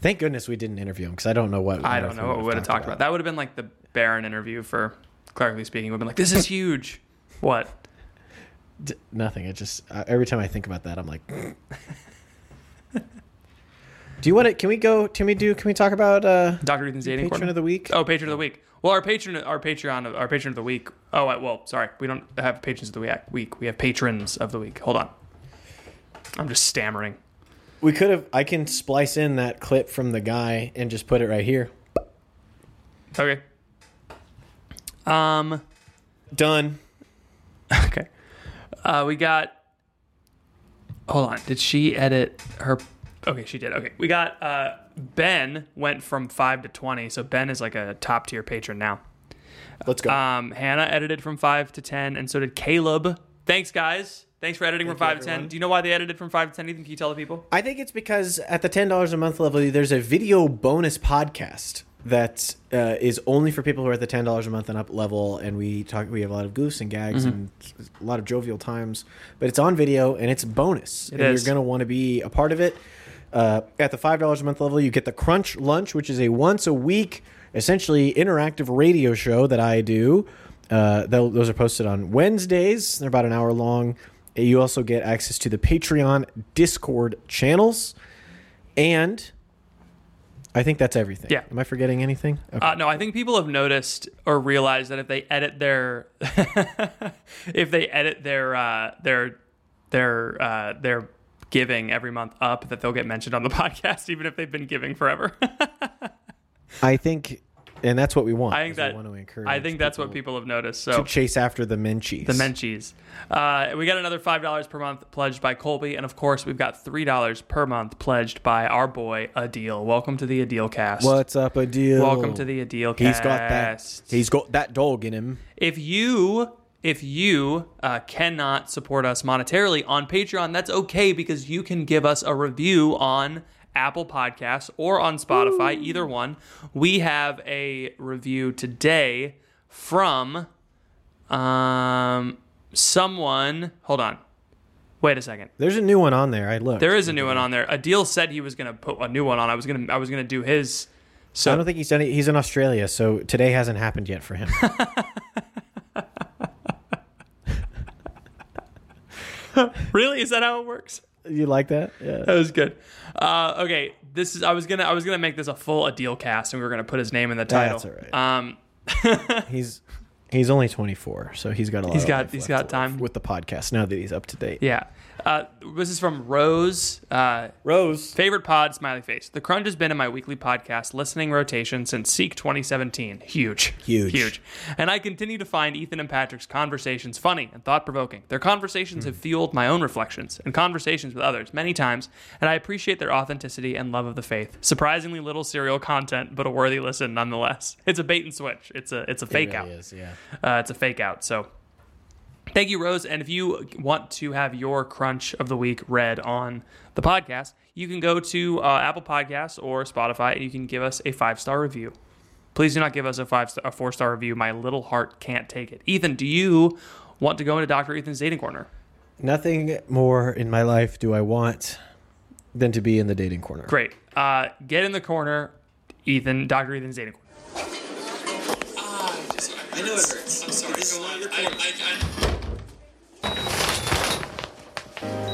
Speaker 2: Thank goodness we didn't interview him because I don't know what.
Speaker 1: I don't know what we would have talked about. That would have been like the Baron interview for clerically speaking. Would have been like, this is huge. what?
Speaker 2: D- nothing. It just uh, every time I think about that, I'm like. do you want to? Can we go? Can we do? Can we talk about uh,
Speaker 1: Doctor Ethan's dating
Speaker 2: patron of
Speaker 1: corner.
Speaker 2: the week?
Speaker 1: Oh, patron of the week. Well, our patron, our Patreon, our patron of the week. Oh, I- well, sorry, we don't have patrons of the week. Week we have patrons of the week. Hold on, I'm just stammering.
Speaker 2: We could have. I can splice in that clip from the guy and just put it right here.
Speaker 1: Okay. Um.
Speaker 2: Done.
Speaker 1: Okay. Uh, we got. Hold on. Did she edit her? Okay, she did. Okay, we got. Uh, ben went from five to twenty, so Ben is like a top tier patron now.
Speaker 2: Let's go.
Speaker 1: Um, Hannah edited from five to ten, and so did Caleb. Thanks, guys. Thanks for editing from
Speaker 2: you,
Speaker 1: five to ten.
Speaker 2: everyone.
Speaker 1: Do you know why they edited from five to ten? Ethan, can you tell the people?
Speaker 2: I think it's because at the ten dollars a month level, there's a video bonus podcast that uh, is only for people who are at the ten dollars a month and up level, and we talk. We have a lot of goofs and gags and a lot of jovial times, but it's on video and it's bonus. and
Speaker 1: is.
Speaker 2: You're gonna want to be a part of it. Uh, at the five dollars a month level, you get the Crunch Lunch, which is a once a week, essentially interactive radio show that I do. Uh, tho- those are posted on Wednesdays. They're about an hour long. You also get access to the Patreon Discord channels, and I think that's everything.
Speaker 1: Yeah.
Speaker 2: Am I forgetting anything? Okay.
Speaker 1: Uh, no, I think people have noticed or realized that if they edit their, if they edit their uh, their their uh, their giving every month up, that they'll get mentioned on the podcast, even if they've been giving forever.
Speaker 2: I think, and that's what we want.
Speaker 1: I think
Speaker 2: is we
Speaker 1: that
Speaker 2: want to encourage.
Speaker 1: I think that's what people have noticed. So
Speaker 2: to chase after the Menchies.
Speaker 1: the Menchies. Uh, we got another five dollars per month pledged by Colby, and of course we've got three dollars per month pledged by our boy Adil. Welcome to the Adil cast.
Speaker 2: What's up, a deal?
Speaker 1: Welcome to the Adil cast.
Speaker 2: He's got that. He's got that dog in him.
Speaker 1: If you if you uh, cannot support us monetarily on Patreon, that's okay because you can give us a review on Apple Podcasts or on Spotify, either one. We have a review today from Um, someone, hold on, wait a second.
Speaker 2: There's a new one on there. I looked.
Speaker 1: There is a new one on there. Adil said he was gonna put a new one on. I was gonna, I was gonna do his.
Speaker 2: I
Speaker 1: So
Speaker 2: don't think he's done it. He's in Australia, so today hasn't happened yet for him.
Speaker 1: really, is that how it works?
Speaker 2: you like that? Yeah.
Speaker 1: That was good. Uh, okay, this is. I was gonna. I was gonna make this a full Adil cast, and we were gonna put his name in the title.
Speaker 2: That's all right.
Speaker 1: Um,
Speaker 2: He's he's only 24, so he's got a lot.
Speaker 1: He's
Speaker 2: of
Speaker 1: got-
Speaker 2: life
Speaker 1: he's
Speaker 2: left
Speaker 1: got
Speaker 2: to live
Speaker 1: time.
Speaker 2: with the podcast now that he's up to date.
Speaker 1: yeah. Uh, this is from Rose. Uh,
Speaker 2: Rose.
Speaker 1: Favorite pod, smiley face. The Crunch has been in my weekly podcast listening rotation since Seek 2017. Huge.
Speaker 3: Huge.
Speaker 1: Huge. And I continue to find Ethan and Patrick's conversations funny and thought provoking. Their conversations
Speaker 3: Hmm.
Speaker 1: have fueled my own reflections and conversations with others many times, and I appreciate their authenticity and love of the faith. Surprisingly little serial content, but a worthy listen nonetheless. It's a bait and switch. It's a it's a fake out.
Speaker 3: yeah.
Speaker 1: Uh, it's a fake out. So thank you, Rose. And if you want to have your crunch of the week read on the podcast, you can go to uh, Apple Podcasts or Spotify and you can give us a five star review. Please do not give us a five a four star review. My little heart can't take it. Ethan, do you want to go into Dr. Ethan's dating corner?
Speaker 2: Nothing more in my life do I want than to be in the dating corner.
Speaker 1: Great. Uh, get in the corner, Ethan. Dr. Ethan's dating corner.
Speaker 4: I know it hurts. I'm sorry. This is not your fault.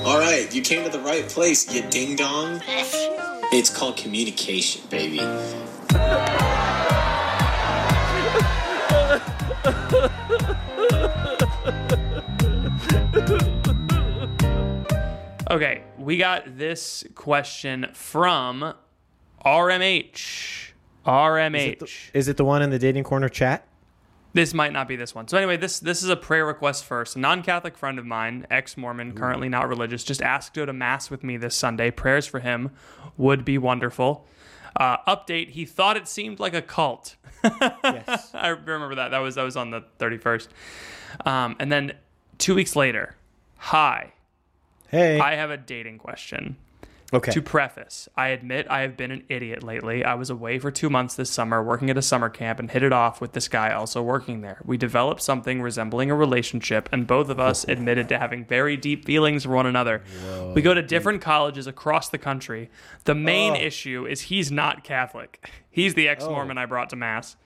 Speaker 4: All right, you came to the right place, you ding dong. It's called communication, baby.
Speaker 1: Okay, we got this question from RMH. RMH.
Speaker 2: Is it, the, is it the one in the dating corner chat?
Speaker 1: this might not be this one. So anyway, this this is a prayer request first. A non-Catholic friend of mine, ex-Mormon, currently not religious, just asked to go to mass with me this Sunday. Prayers for him would be wonderful. Uh, update: He thought it seemed like a cult.
Speaker 2: Yes.
Speaker 1: I remember that. That was that was on the thirty first. Um, and then two weeks later, hi,
Speaker 2: Hey.
Speaker 1: I have a dating question.
Speaker 2: okay.
Speaker 1: To preface, I admit I have been an idiot lately. I was away for two months this summer working at a summer camp and hit it off with this guy also working there. We developed something resembling a relationship, and both of us admitted to having very deep feelings for one another. We go to different colleges across the country. The main issue is he's not Catholic. He's the ex Mormon I brought to Mass.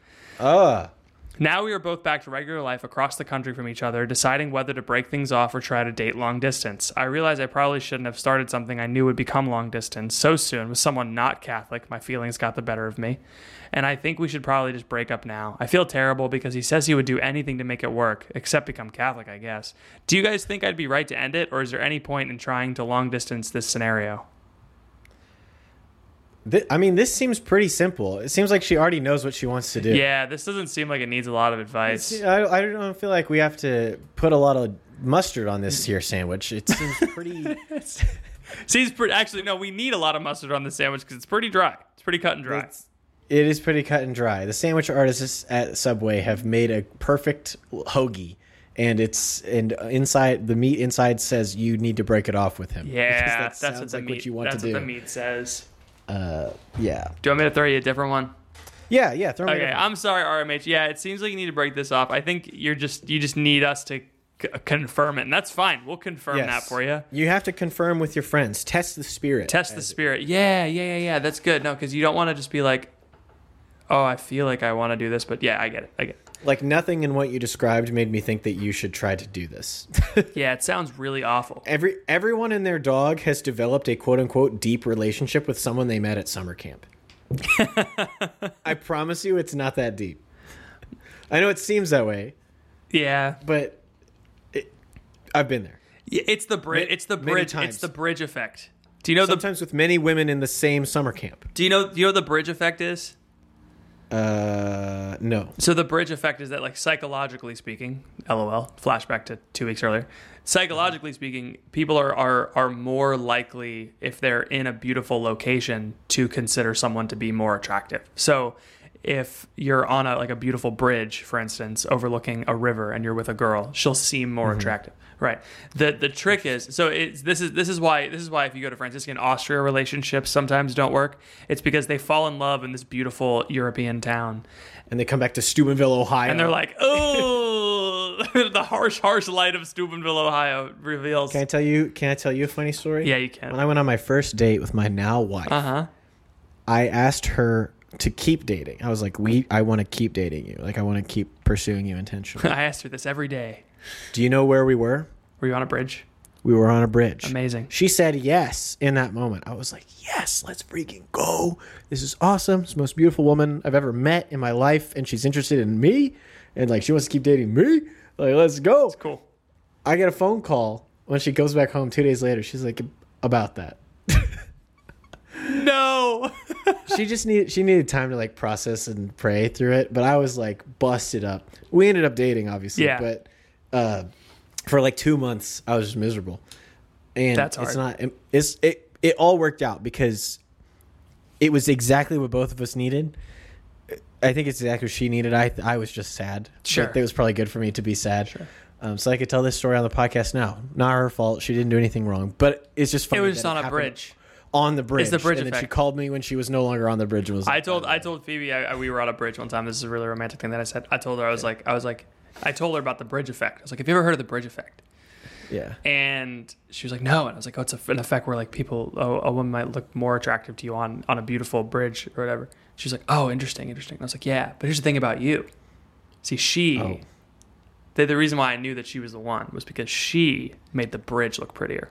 Speaker 2: Ah.
Speaker 1: Now we are both back to regular life across the country from each other, deciding whether to break things off or try to date long distance. I realize I probably shouldn't have started something I knew would become long distance so soon with someone not Catholic. My feelings got the better of me. And I think we should probably just break up now. I feel terrible because he says he would do anything to make it work, except become Catholic, I guess. Do you guys think I'd be right to end it, or is there any point in trying to long distance this scenario?
Speaker 2: Thi- I mean, this seems pretty simple. It seems like she already knows what she wants to do.
Speaker 1: Yeah, this doesn't seem like it needs a lot of advice.
Speaker 2: See, I, I don't feel like we have to put a lot of mustard on this here sandwich. It seems pretty.
Speaker 1: See, it's pretty, actually, no, we need a lot of mustard on the sandwich because it's pretty dry. It's pretty cut and dry.
Speaker 2: It's- it is pretty cut and dry. The sandwich artists at Subway have made a perfect hoagie, and it's and inside the meat inside says you need to break it off with him. Because
Speaker 1: Yeah,
Speaker 2: that
Speaker 1: that's what
Speaker 2: sounds
Speaker 1: the
Speaker 2: like
Speaker 1: meat.
Speaker 2: what you want
Speaker 1: that's
Speaker 2: to do.
Speaker 1: what the meat says.
Speaker 2: Yeah,
Speaker 1: Do you want me to throw you a different one?
Speaker 2: yeah, yeah. Throw me
Speaker 1: Okay,
Speaker 2: a-
Speaker 1: I'm sorry, RMH. Yeah, it seems like you need to break this off. I think you're just you just need us to c- confirm it, and that's fine. We'll confirm
Speaker 2: Yes.
Speaker 1: that for you.
Speaker 2: You have to confirm with your friends. Test the spirit.
Speaker 1: Test the spirit. Yeah, yeah, yeah, yeah. That's good. No, because you don't want to just be like, oh, I feel like I want to do this, but yeah, I get it. I get it.
Speaker 2: Like nothing in what you described made me think that you should try to do this.
Speaker 1: Yeah, it sounds really awful.
Speaker 2: Every everyone and their dog has developed a quote unquote deep relationship with someone they met at summer camp. I promise you, it's not that deep. I know it seems that way,
Speaker 1: Yeah,
Speaker 2: but it, I've been there.
Speaker 1: Yeah, it's the bridge.
Speaker 2: Ma-
Speaker 1: It's the
Speaker 2: many
Speaker 1: bridge. It's
Speaker 2: times.
Speaker 1: the bridge effect. Do you know the
Speaker 2: Sometimes with many women in the same summer camp.
Speaker 1: Do you know do you know what the bridge effect is?
Speaker 2: Uh, no.
Speaker 1: So the bridge effect is that like psychologically speaking, LOL, flashback to 2 weeks earlier. Psychologically speaking, people are are are more likely if they're in a beautiful location to consider someone to be more attractive. So if you're on a like a beautiful bridge, for instance, overlooking a river and you're with a girl, she'll seem more attractive. Right. The the trick is so it's this is this is why this is why if you go to Franciscan Austria relationships sometimes don't work. It's because they fall in love in this beautiful European town
Speaker 2: And they come back to Steubenville, Ohio,
Speaker 1: and they're like, oh, the harsh, harsh light of Steubenville, Ohio reveals.
Speaker 2: Can I tell you? Can I tell you a funny story?
Speaker 1: Yeah, you can.
Speaker 2: When I went on my first date with my now wife,
Speaker 1: Uh huh.
Speaker 2: I asked her to keep dating. I was like, "We, I want to keep dating you. Like, I want to keep pursuing you intentionally."
Speaker 1: I asked her this every day.
Speaker 2: Do you know where we were?
Speaker 1: Were you on a bridge?
Speaker 2: We were on a bridge.
Speaker 1: Amazing.
Speaker 2: She said yes in that moment. I was like, yes, let's freaking go. This is awesome. It's the most beautiful woman I've ever met in my life. And she's interested in me. And like, she wants to keep dating me. Like, let's go.
Speaker 1: Cool.
Speaker 2: I get a phone call when she goes back home two days later. She's like, about that.
Speaker 1: No.
Speaker 2: she just needed, she needed time to like process and pray through it. But I was like busted up. We ended up dating, obviously.
Speaker 1: Yeah.
Speaker 2: But uh, for like two months, I was just miserable. And
Speaker 1: That's
Speaker 2: it's
Speaker 1: hard.
Speaker 2: not, it's, it, it all worked out because it was exactly what both of us needed. I think it's exactly what she needed. I I was just sad.
Speaker 1: Sure.
Speaker 2: But it was probably good for me to be sad. Sure. Um, so I could tell this story on the podcast now. Not her fault. She didn't do anything wrong. But it's just funny.
Speaker 1: It was
Speaker 2: that
Speaker 1: just on a
Speaker 2: happened
Speaker 1: bridge.
Speaker 2: On the bridge.
Speaker 1: the bridge
Speaker 2: And then she
Speaker 1: effect.
Speaker 2: called me when she was no longer on the bridge. And was
Speaker 1: I
Speaker 2: like,
Speaker 1: told I told Phoebe I, I- we were on a bridge one time. This is a really romantic thing that I said. I told her I was like I was like I told her about the bridge effect. I was like, have you ever heard of the bridge effect?
Speaker 2: Yeah.
Speaker 1: And she was like, no. And I was like, oh, it's a, an effect where like people, oh, a woman might look more attractive to you on on a beautiful bridge or whatever. She was like, oh, interesting, interesting. And I was like, yeah. But here's the thing about you. See, she.
Speaker 2: Oh.
Speaker 1: The, the reason why I knew that she was the one was because she made the bridge look prettier.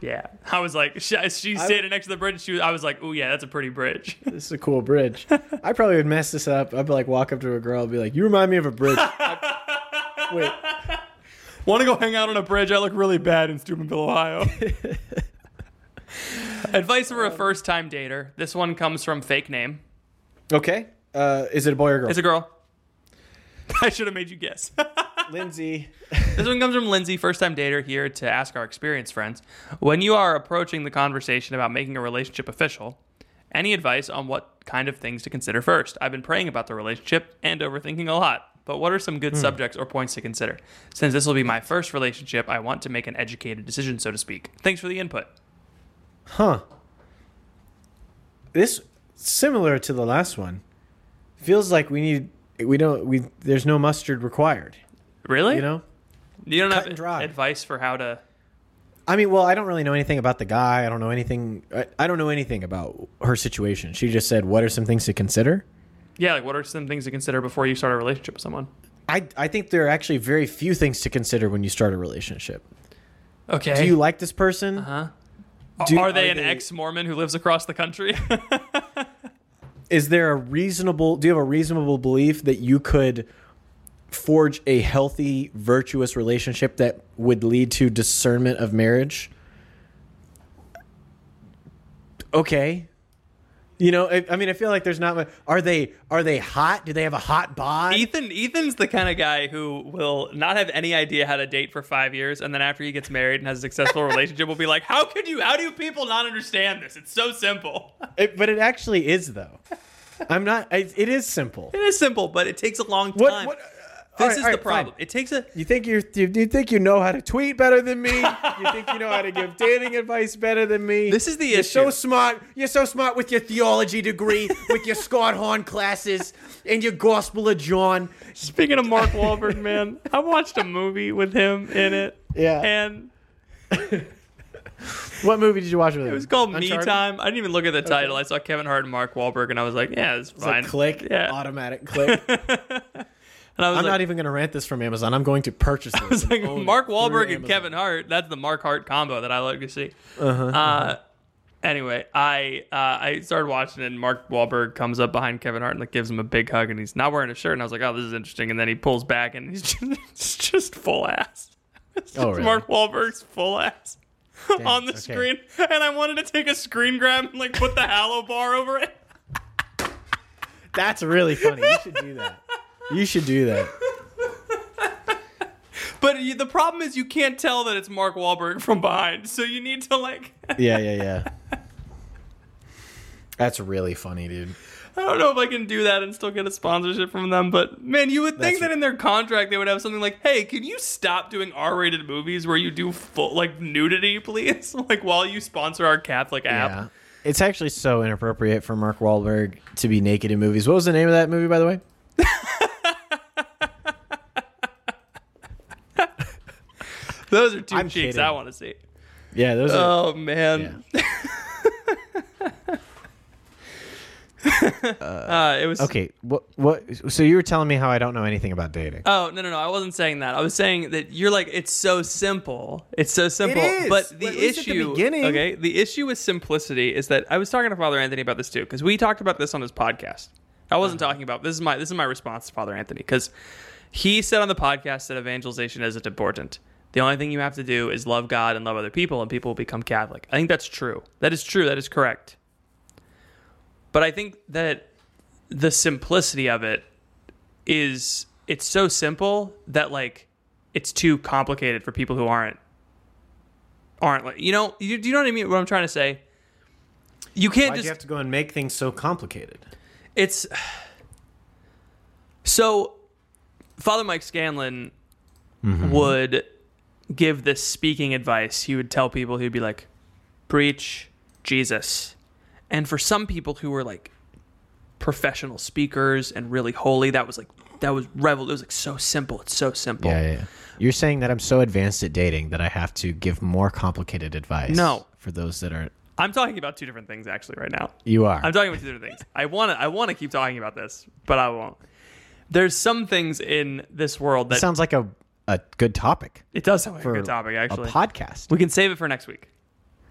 Speaker 1: yeah, I was like, she, she standing next to the bridge. She, was, I was like, oh yeah, that's a pretty bridge.
Speaker 2: This is a cool bridge. I probably would mess this up. I'd be like walk up to a girl and be like, You remind me of a bridge. I- Wait.
Speaker 1: Want to go hang out on a bridge? I look really bad in Steubenville, Ohio. Um, Advice for a first time dater. This one comes from fake name.
Speaker 2: Okay. Uh, is it a boy or a girl?
Speaker 1: It's a girl. I should have made you guess.
Speaker 2: Lindsay.
Speaker 1: this one comes from Lindsay, first time dater, here to ask our experienced friends. When you are approaching the conversation about making a relationship official, any advice on what kind of things to consider first? I've been praying about the relationship and overthinking a lot, but what are some
Speaker 2: Hmm.
Speaker 1: good subjects or points to consider? Since this will be my first relationship, I want to make an educated decision, so to speak. Thanks for the input.
Speaker 2: Huh. This similar to the last one. Feels like we need we don't we there's no mustard required,
Speaker 1: Really?
Speaker 2: you know?
Speaker 1: you don't
Speaker 2: cut
Speaker 1: have
Speaker 2: and dry.
Speaker 1: advice for how to.
Speaker 2: I mean, well, I don't really know anything about the guy. I don't know anything I, I don't know anything about her situation. She just said, "What are some things to consider?"
Speaker 1: Yeah, like what are some things to consider before you start a relationship with someone?
Speaker 2: I I think there are actually very few things to consider when you start a relationship.
Speaker 1: Okay.
Speaker 2: Do you like this person?
Speaker 1: Huh?
Speaker 2: Do-
Speaker 1: are they
Speaker 2: are
Speaker 1: an
Speaker 2: they-
Speaker 1: ex-Mormon who lives across the country?
Speaker 2: is there a reasonable do you have a reasonable belief that you could forge a healthy virtuous relationship that would lead to discernment of marriage okay you know i, I mean i feel like there's not much are they are they hot do they have a hot bod
Speaker 1: Ethan Ethan's the kind of guy who will not have any idea how to date for 5 years and then after he gets married and has a successful relationship will be like, "How could you how do people not understand this? It's so simple."
Speaker 2: It- but it actually is though i'm not I, it is simple
Speaker 1: It is simple, but it takes a long time.
Speaker 2: what, what all
Speaker 1: this
Speaker 2: right,
Speaker 1: is
Speaker 2: all
Speaker 1: the
Speaker 2: right, fine.
Speaker 1: problem. It takes a
Speaker 2: You think you're, you you think you know how to tweet better than me? You think you know how to give dating advice better than me?
Speaker 1: This is the
Speaker 2: you're
Speaker 1: issue.
Speaker 2: So smart. You're so smart with your theology degree, with your Scott Horn classes, and your Gospel of John.
Speaker 1: Speaking of Mark Wahlberg, man, I watched a movie with him in it.
Speaker 2: Yeah.
Speaker 1: And
Speaker 2: What movie did you watch with him?
Speaker 1: It was called Me
Speaker 2: Uncharted?
Speaker 1: Time. I didn't even look at the title. I saw Kevin Hart and Mark Wahlberg, and I was like, "Yeah, it's
Speaker 2: It's a
Speaker 1: fine."
Speaker 2: click,
Speaker 1: Yeah.
Speaker 2: automatic click.
Speaker 1: And I was
Speaker 2: I'm
Speaker 1: like,
Speaker 2: not even going to rent this from Amazon. I'm going to purchase this.
Speaker 1: It's like Mark Wahlberg and Kevin Hart. That's the Mark Hart combo that I like to see. Uh-huh, Anyway, I uh, I started watching it. and Mark Wahlberg comes up behind Kevin Hart and like gives him a big hug, and he's not wearing a shirt. And I was like, "Oh, this is interesting." And then he pulls back, and he's just, it's just full ass. It's
Speaker 2: Oh,
Speaker 1: just
Speaker 2: really?
Speaker 1: Mark Wahlberg's full ass on the
Speaker 2: okay.
Speaker 1: screen, and I wanted to take a screen grab and like put the halo bar over it.
Speaker 2: That's really funny. You should do that. You should do that.
Speaker 1: But you, the problem is you can't tell that it's Mark Wahlberg from behind, so you need to like
Speaker 2: Yeah, yeah, yeah. That's really funny, dude.
Speaker 1: I don't know if I can do that and still get a sponsorship from them, but man, you would think
Speaker 2: That's-
Speaker 1: that in their contract they would have something like, "Hey, can you stop doing R-rated movies where you do full like nudity, please? like while you sponsor our Catholic app."
Speaker 2: Yeah. It's actually so inappropriate for Mark Wahlberg to be naked in movies. What was the name of that movie, by the way?
Speaker 1: Those are 2
Speaker 2: I'm
Speaker 1: cheeks
Speaker 2: kidding.
Speaker 1: I want to see.
Speaker 5: Yeah, those are.
Speaker 1: Oh man. uh, it was
Speaker 2: Okay, what what? So you were telling me how I don't know anything about dating.
Speaker 1: Oh no no no! I wasn't saying that. I was saying that you're like it's so simple. It's so simple.
Speaker 2: is,
Speaker 1: But
Speaker 2: at
Speaker 1: the
Speaker 2: least at the
Speaker 1: issue,
Speaker 2: beginning.
Speaker 1: okay, the issue with simplicity is that I was talking to Father Anthony about this too because we talked about this on his podcast. I wasn't
Speaker 2: Uh-huh.
Speaker 1: talking about this is my this is my response to Father Anthony because he said on the podcast that evangelization isn't important. The only thing you have to do is love God and love other people, and people will become Catholic. I think that's true. That is true. That is correct. But I think that the simplicity of it is it's so simple that like it's too complicated for people who aren't aren't like you know you, do you know what I mean what I'm trying to say you can't
Speaker 2: Why'd
Speaker 1: just
Speaker 2: you have to go and make things so complicated?
Speaker 1: it's so Father Mike Scanlon would give this speaking advice. He would tell people he'd be like, "Preach Jesus," and for some people who were like professional speakers and really holy, that was like that was revel. It was like so simple. It's so simple.
Speaker 2: Yeah, yeah, yeah. You're saying that I'm so advanced at dating that I have to give more complicated advice.
Speaker 1: No.
Speaker 2: for those that are
Speaker 1: I'm talking about two different things actually right now.
Speaker 2: you are.
Speaker 1: I'm talking about two different things. I want to I want to keep talking about this, but I won't. There's some things in this world that
Speaker 2: Sounds like a a good topic
Speaker 1: It does sound like a
Speaker 2: for
Speaker 1: good topic, actually.
Speaker 2: A podcast.
Speaker 1: we can save it for next week.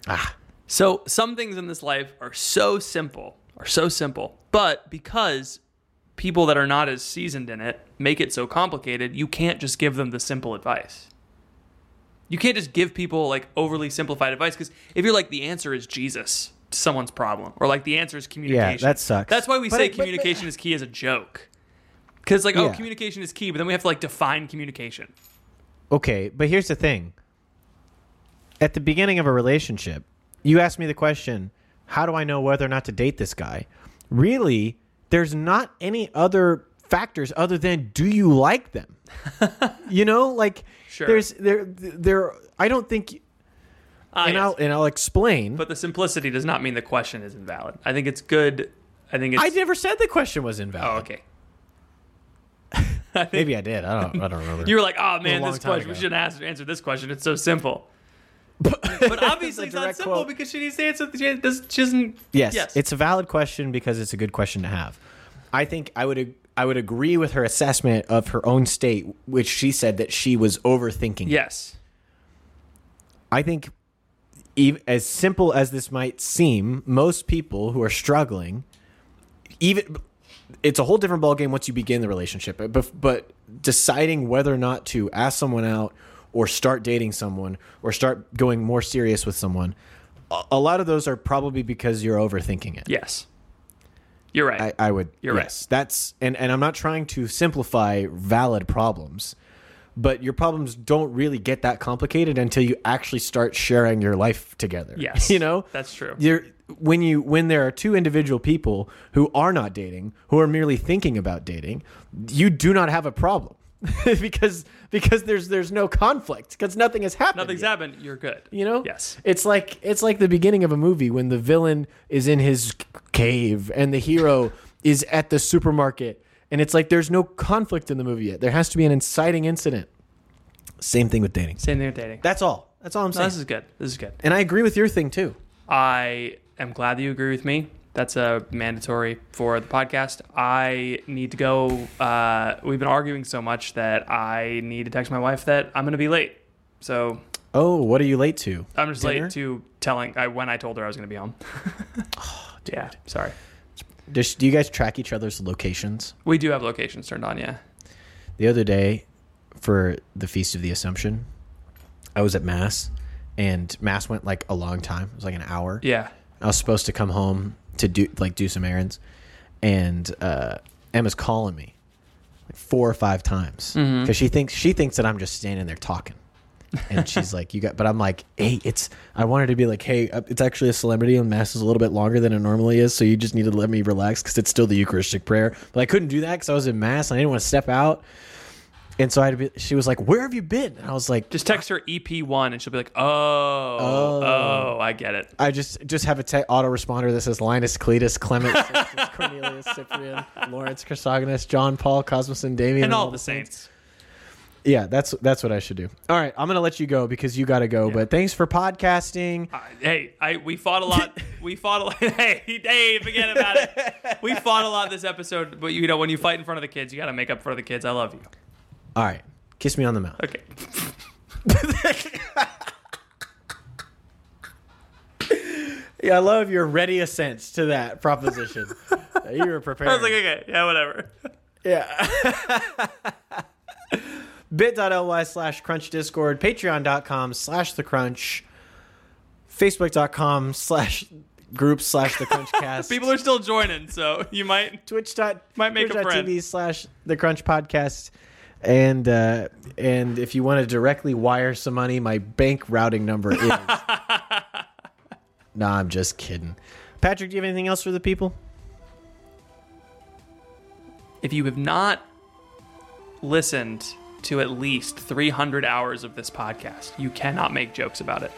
Speaker 2: Ah,
Speaker 1: So, some things in this life are so simple, are so simple, but because people that are not as seasoned in it make it so complicated, you can't just give them the simple advice. You can't just give people like overly simplified advice because if you're like, the answer is Jesus to someone's problem, or like the answer is communication.
Speaker 2: that sucks.
Speaker 1: That's why we
Speaker 2: But
Speaker 1: say
Speaker 2: it- but- but-
Speaker 1: communication is key as a joke. Because, like, oh,
Speaker 2: Yeah.
Speaker 1: communication is key, but then we have to like define communication.
Speaker 2: okay, but here's the thing. At the beginning of a relationship, you ask me the question, "How do I know whether or not to date this guy?" Really, there's not any other factors other than do you like them? you know, like
Speaker 1: Sure.
Speaker 2: there's there there I don't think
Speaker 1: Ah,
Speaker 2: and
Speaker 1: yes.
Speaker 2: I'll and I'll explain.
Speaker 1: But the simplicity does not mean the question is invalid. I think it's good. I think it's.
Speaker 2: I never said the question was
Speaker 1: Oh,
Speaker 2: invalid.
Speaker 1: okay.
Speaker 2: Maybe I did. I don't. I don't remember.
Speaker 1: You were like, oh man,
Speaker 2: long
Speaker 1: this
Speaker 2: time
Speaker 1: question. We
Speaker 2: ago.
Speaker 1: shouldn't ask, answer this question. It's so simple. but obviously, it's not
Speaker 2: direct
Speaker 1: simple
Speaker 2: quote.
Speaker 1: because she needs to answer. The, she, does, she doesn't.
Speaker 2: yes,
Speaker 1: Yes.
Speaker 2: it's a valid question because it's a good question to have. I think I would. ag- I would agree with her assessment of her own state, which she said that she was overthinking.
Speaker 1: yes.
Speaker 2: I think, ev as simple as this might seem, most people who are struggling, even it's a whole different ballgame once you begin the relationship. But, bef- but deciding whether or not to ask someone out, or start dating someone, or start going more serious with someone, a, a lot of those are probably because you're overthinking it.
Speaker 1: Yes. You're right.
Speaker 2: I, I would.
Speaker 1: You're right.
Speaker 2: yes, that's and and I'm not trying to simplify valid problems, but your problems don't really get that complicated until you actually start sharing your life together.
Speaker 1: yes.
Speaker 2: you know
Speaker 1: that's true.
Speaker 2: You're when you when there are two individual people who are not dating, who are merely thinking about dating, you do not have a problem because because there's there's no conflict because nothing has happened.
Speaker 1: Nothing's
Speaker 2: yet.
Speaker 1: happened. You're good.
Speaker 2: You know?
Speaker 1: Yes.
Speaker 2: It's like it's like the beginning of a movie when the villain is in his c- cave and the hero is at the supermarket and it's like there's no conflict in the movie yet. There has to be an inciting incident. Same thing with dating.
Speaker 1: Same thing with dating.
Speaker 2: That's all. That's all I'm
Speaker 1: No,
Speaker 2: saying.
Speaker 1: this is good. This is good.
Speaker 2: and I agree with your thing too.
Speaker 1: I am glad that you agree with me. That's a mandatory for the podcast. I need to go. Uh, we've been arguing so much that I need to text my wife that I'm going to be late. So
Speaker 2: Oh, what are you late to?
Speaker 1: I'm just
Speaker 2: Dinner?
Speaker 1: late to telling I, when I told her I was going to be home.
Speaker 2: Oh,
Speaker 1: yeah, sorry.
Speaker 2: Does, do you guys track each other's locations?
Speaker 1: We do have locations turned on. Yeah.
Speaker 2: The other day for the Feast of the Assumption, I was at mass and mass went like a long time. It was like an hour.
Speaker 1: Yeah.
Speaker 2: I was supposed to come home to do like do some errands, and uh, Emma's calling me like four or five times because she thinks she thinks that I'm just standing there talking, and she's like, "You got," but I'm like, "Hey, it's." I wanted to be like, "Hey, uh, it's actually a celebrity, and mass is a little bit longer than it normally is, so you just need to let me relax because it's still the Eucharistic prayer." But I couldn't do that because I was in mass and I didn't want to step out. And so I had to be, she was like, "Where have you been?" And I was like,
Speaker 1: Just text her EP1 and she'll be like, oh, oh, I get it.
Speaker 2: I just just have a te- autoresponder that says Linus, Cletus, Clement, Sixtus, Cornelius, Cyprian, Lawrence, Chrysogonus, John Paul, Cosmas, and Damien,
Speaker 1: And all the saints.
Speaker 2: Yeah, that's that's what I should do. All right, I'm gonna let you go because you gotta go. But thanks for podcasting.
Speaker 1: Uh, hey, I we fought a lot. We fought a lot. Hey, hey, forget about it. We fought a lot this episode, but you know when you fight in front of the kids, you got to make up for the kids. I love you.
Speaker 2: All right, kiss me on the mouth.
Speaker 1: Okay.
Speaker 2: Yeah, I love your ready assents to that proposition. you were prepared.
Speaker 1: I was like, okay, yeah, whatever.
Speaker 2: Yeah. bit.ly slash crunch discord, patreon.com slash the crunch, facebook.com slash group slash the crunch cast,
Speaker 1: People are still joining, so you might.
Speaker 2: twitch dot,
Speaker 1: Might make a friend.
Speaker 2: twitch.tv slash the crunch podcast. And uh, and if you want to directly wire some money, my bank routing number is. nah, I'm just kidding. Patrick, do you have anything else for the people?
Speaker 1: If you have not listened to at least 300 hours of this podcast, you cannot make jokes about it.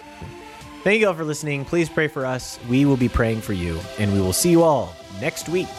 Speaker 2: Thank you all for listening. Please pray for us. We will be praying for you, and we will see you all next week.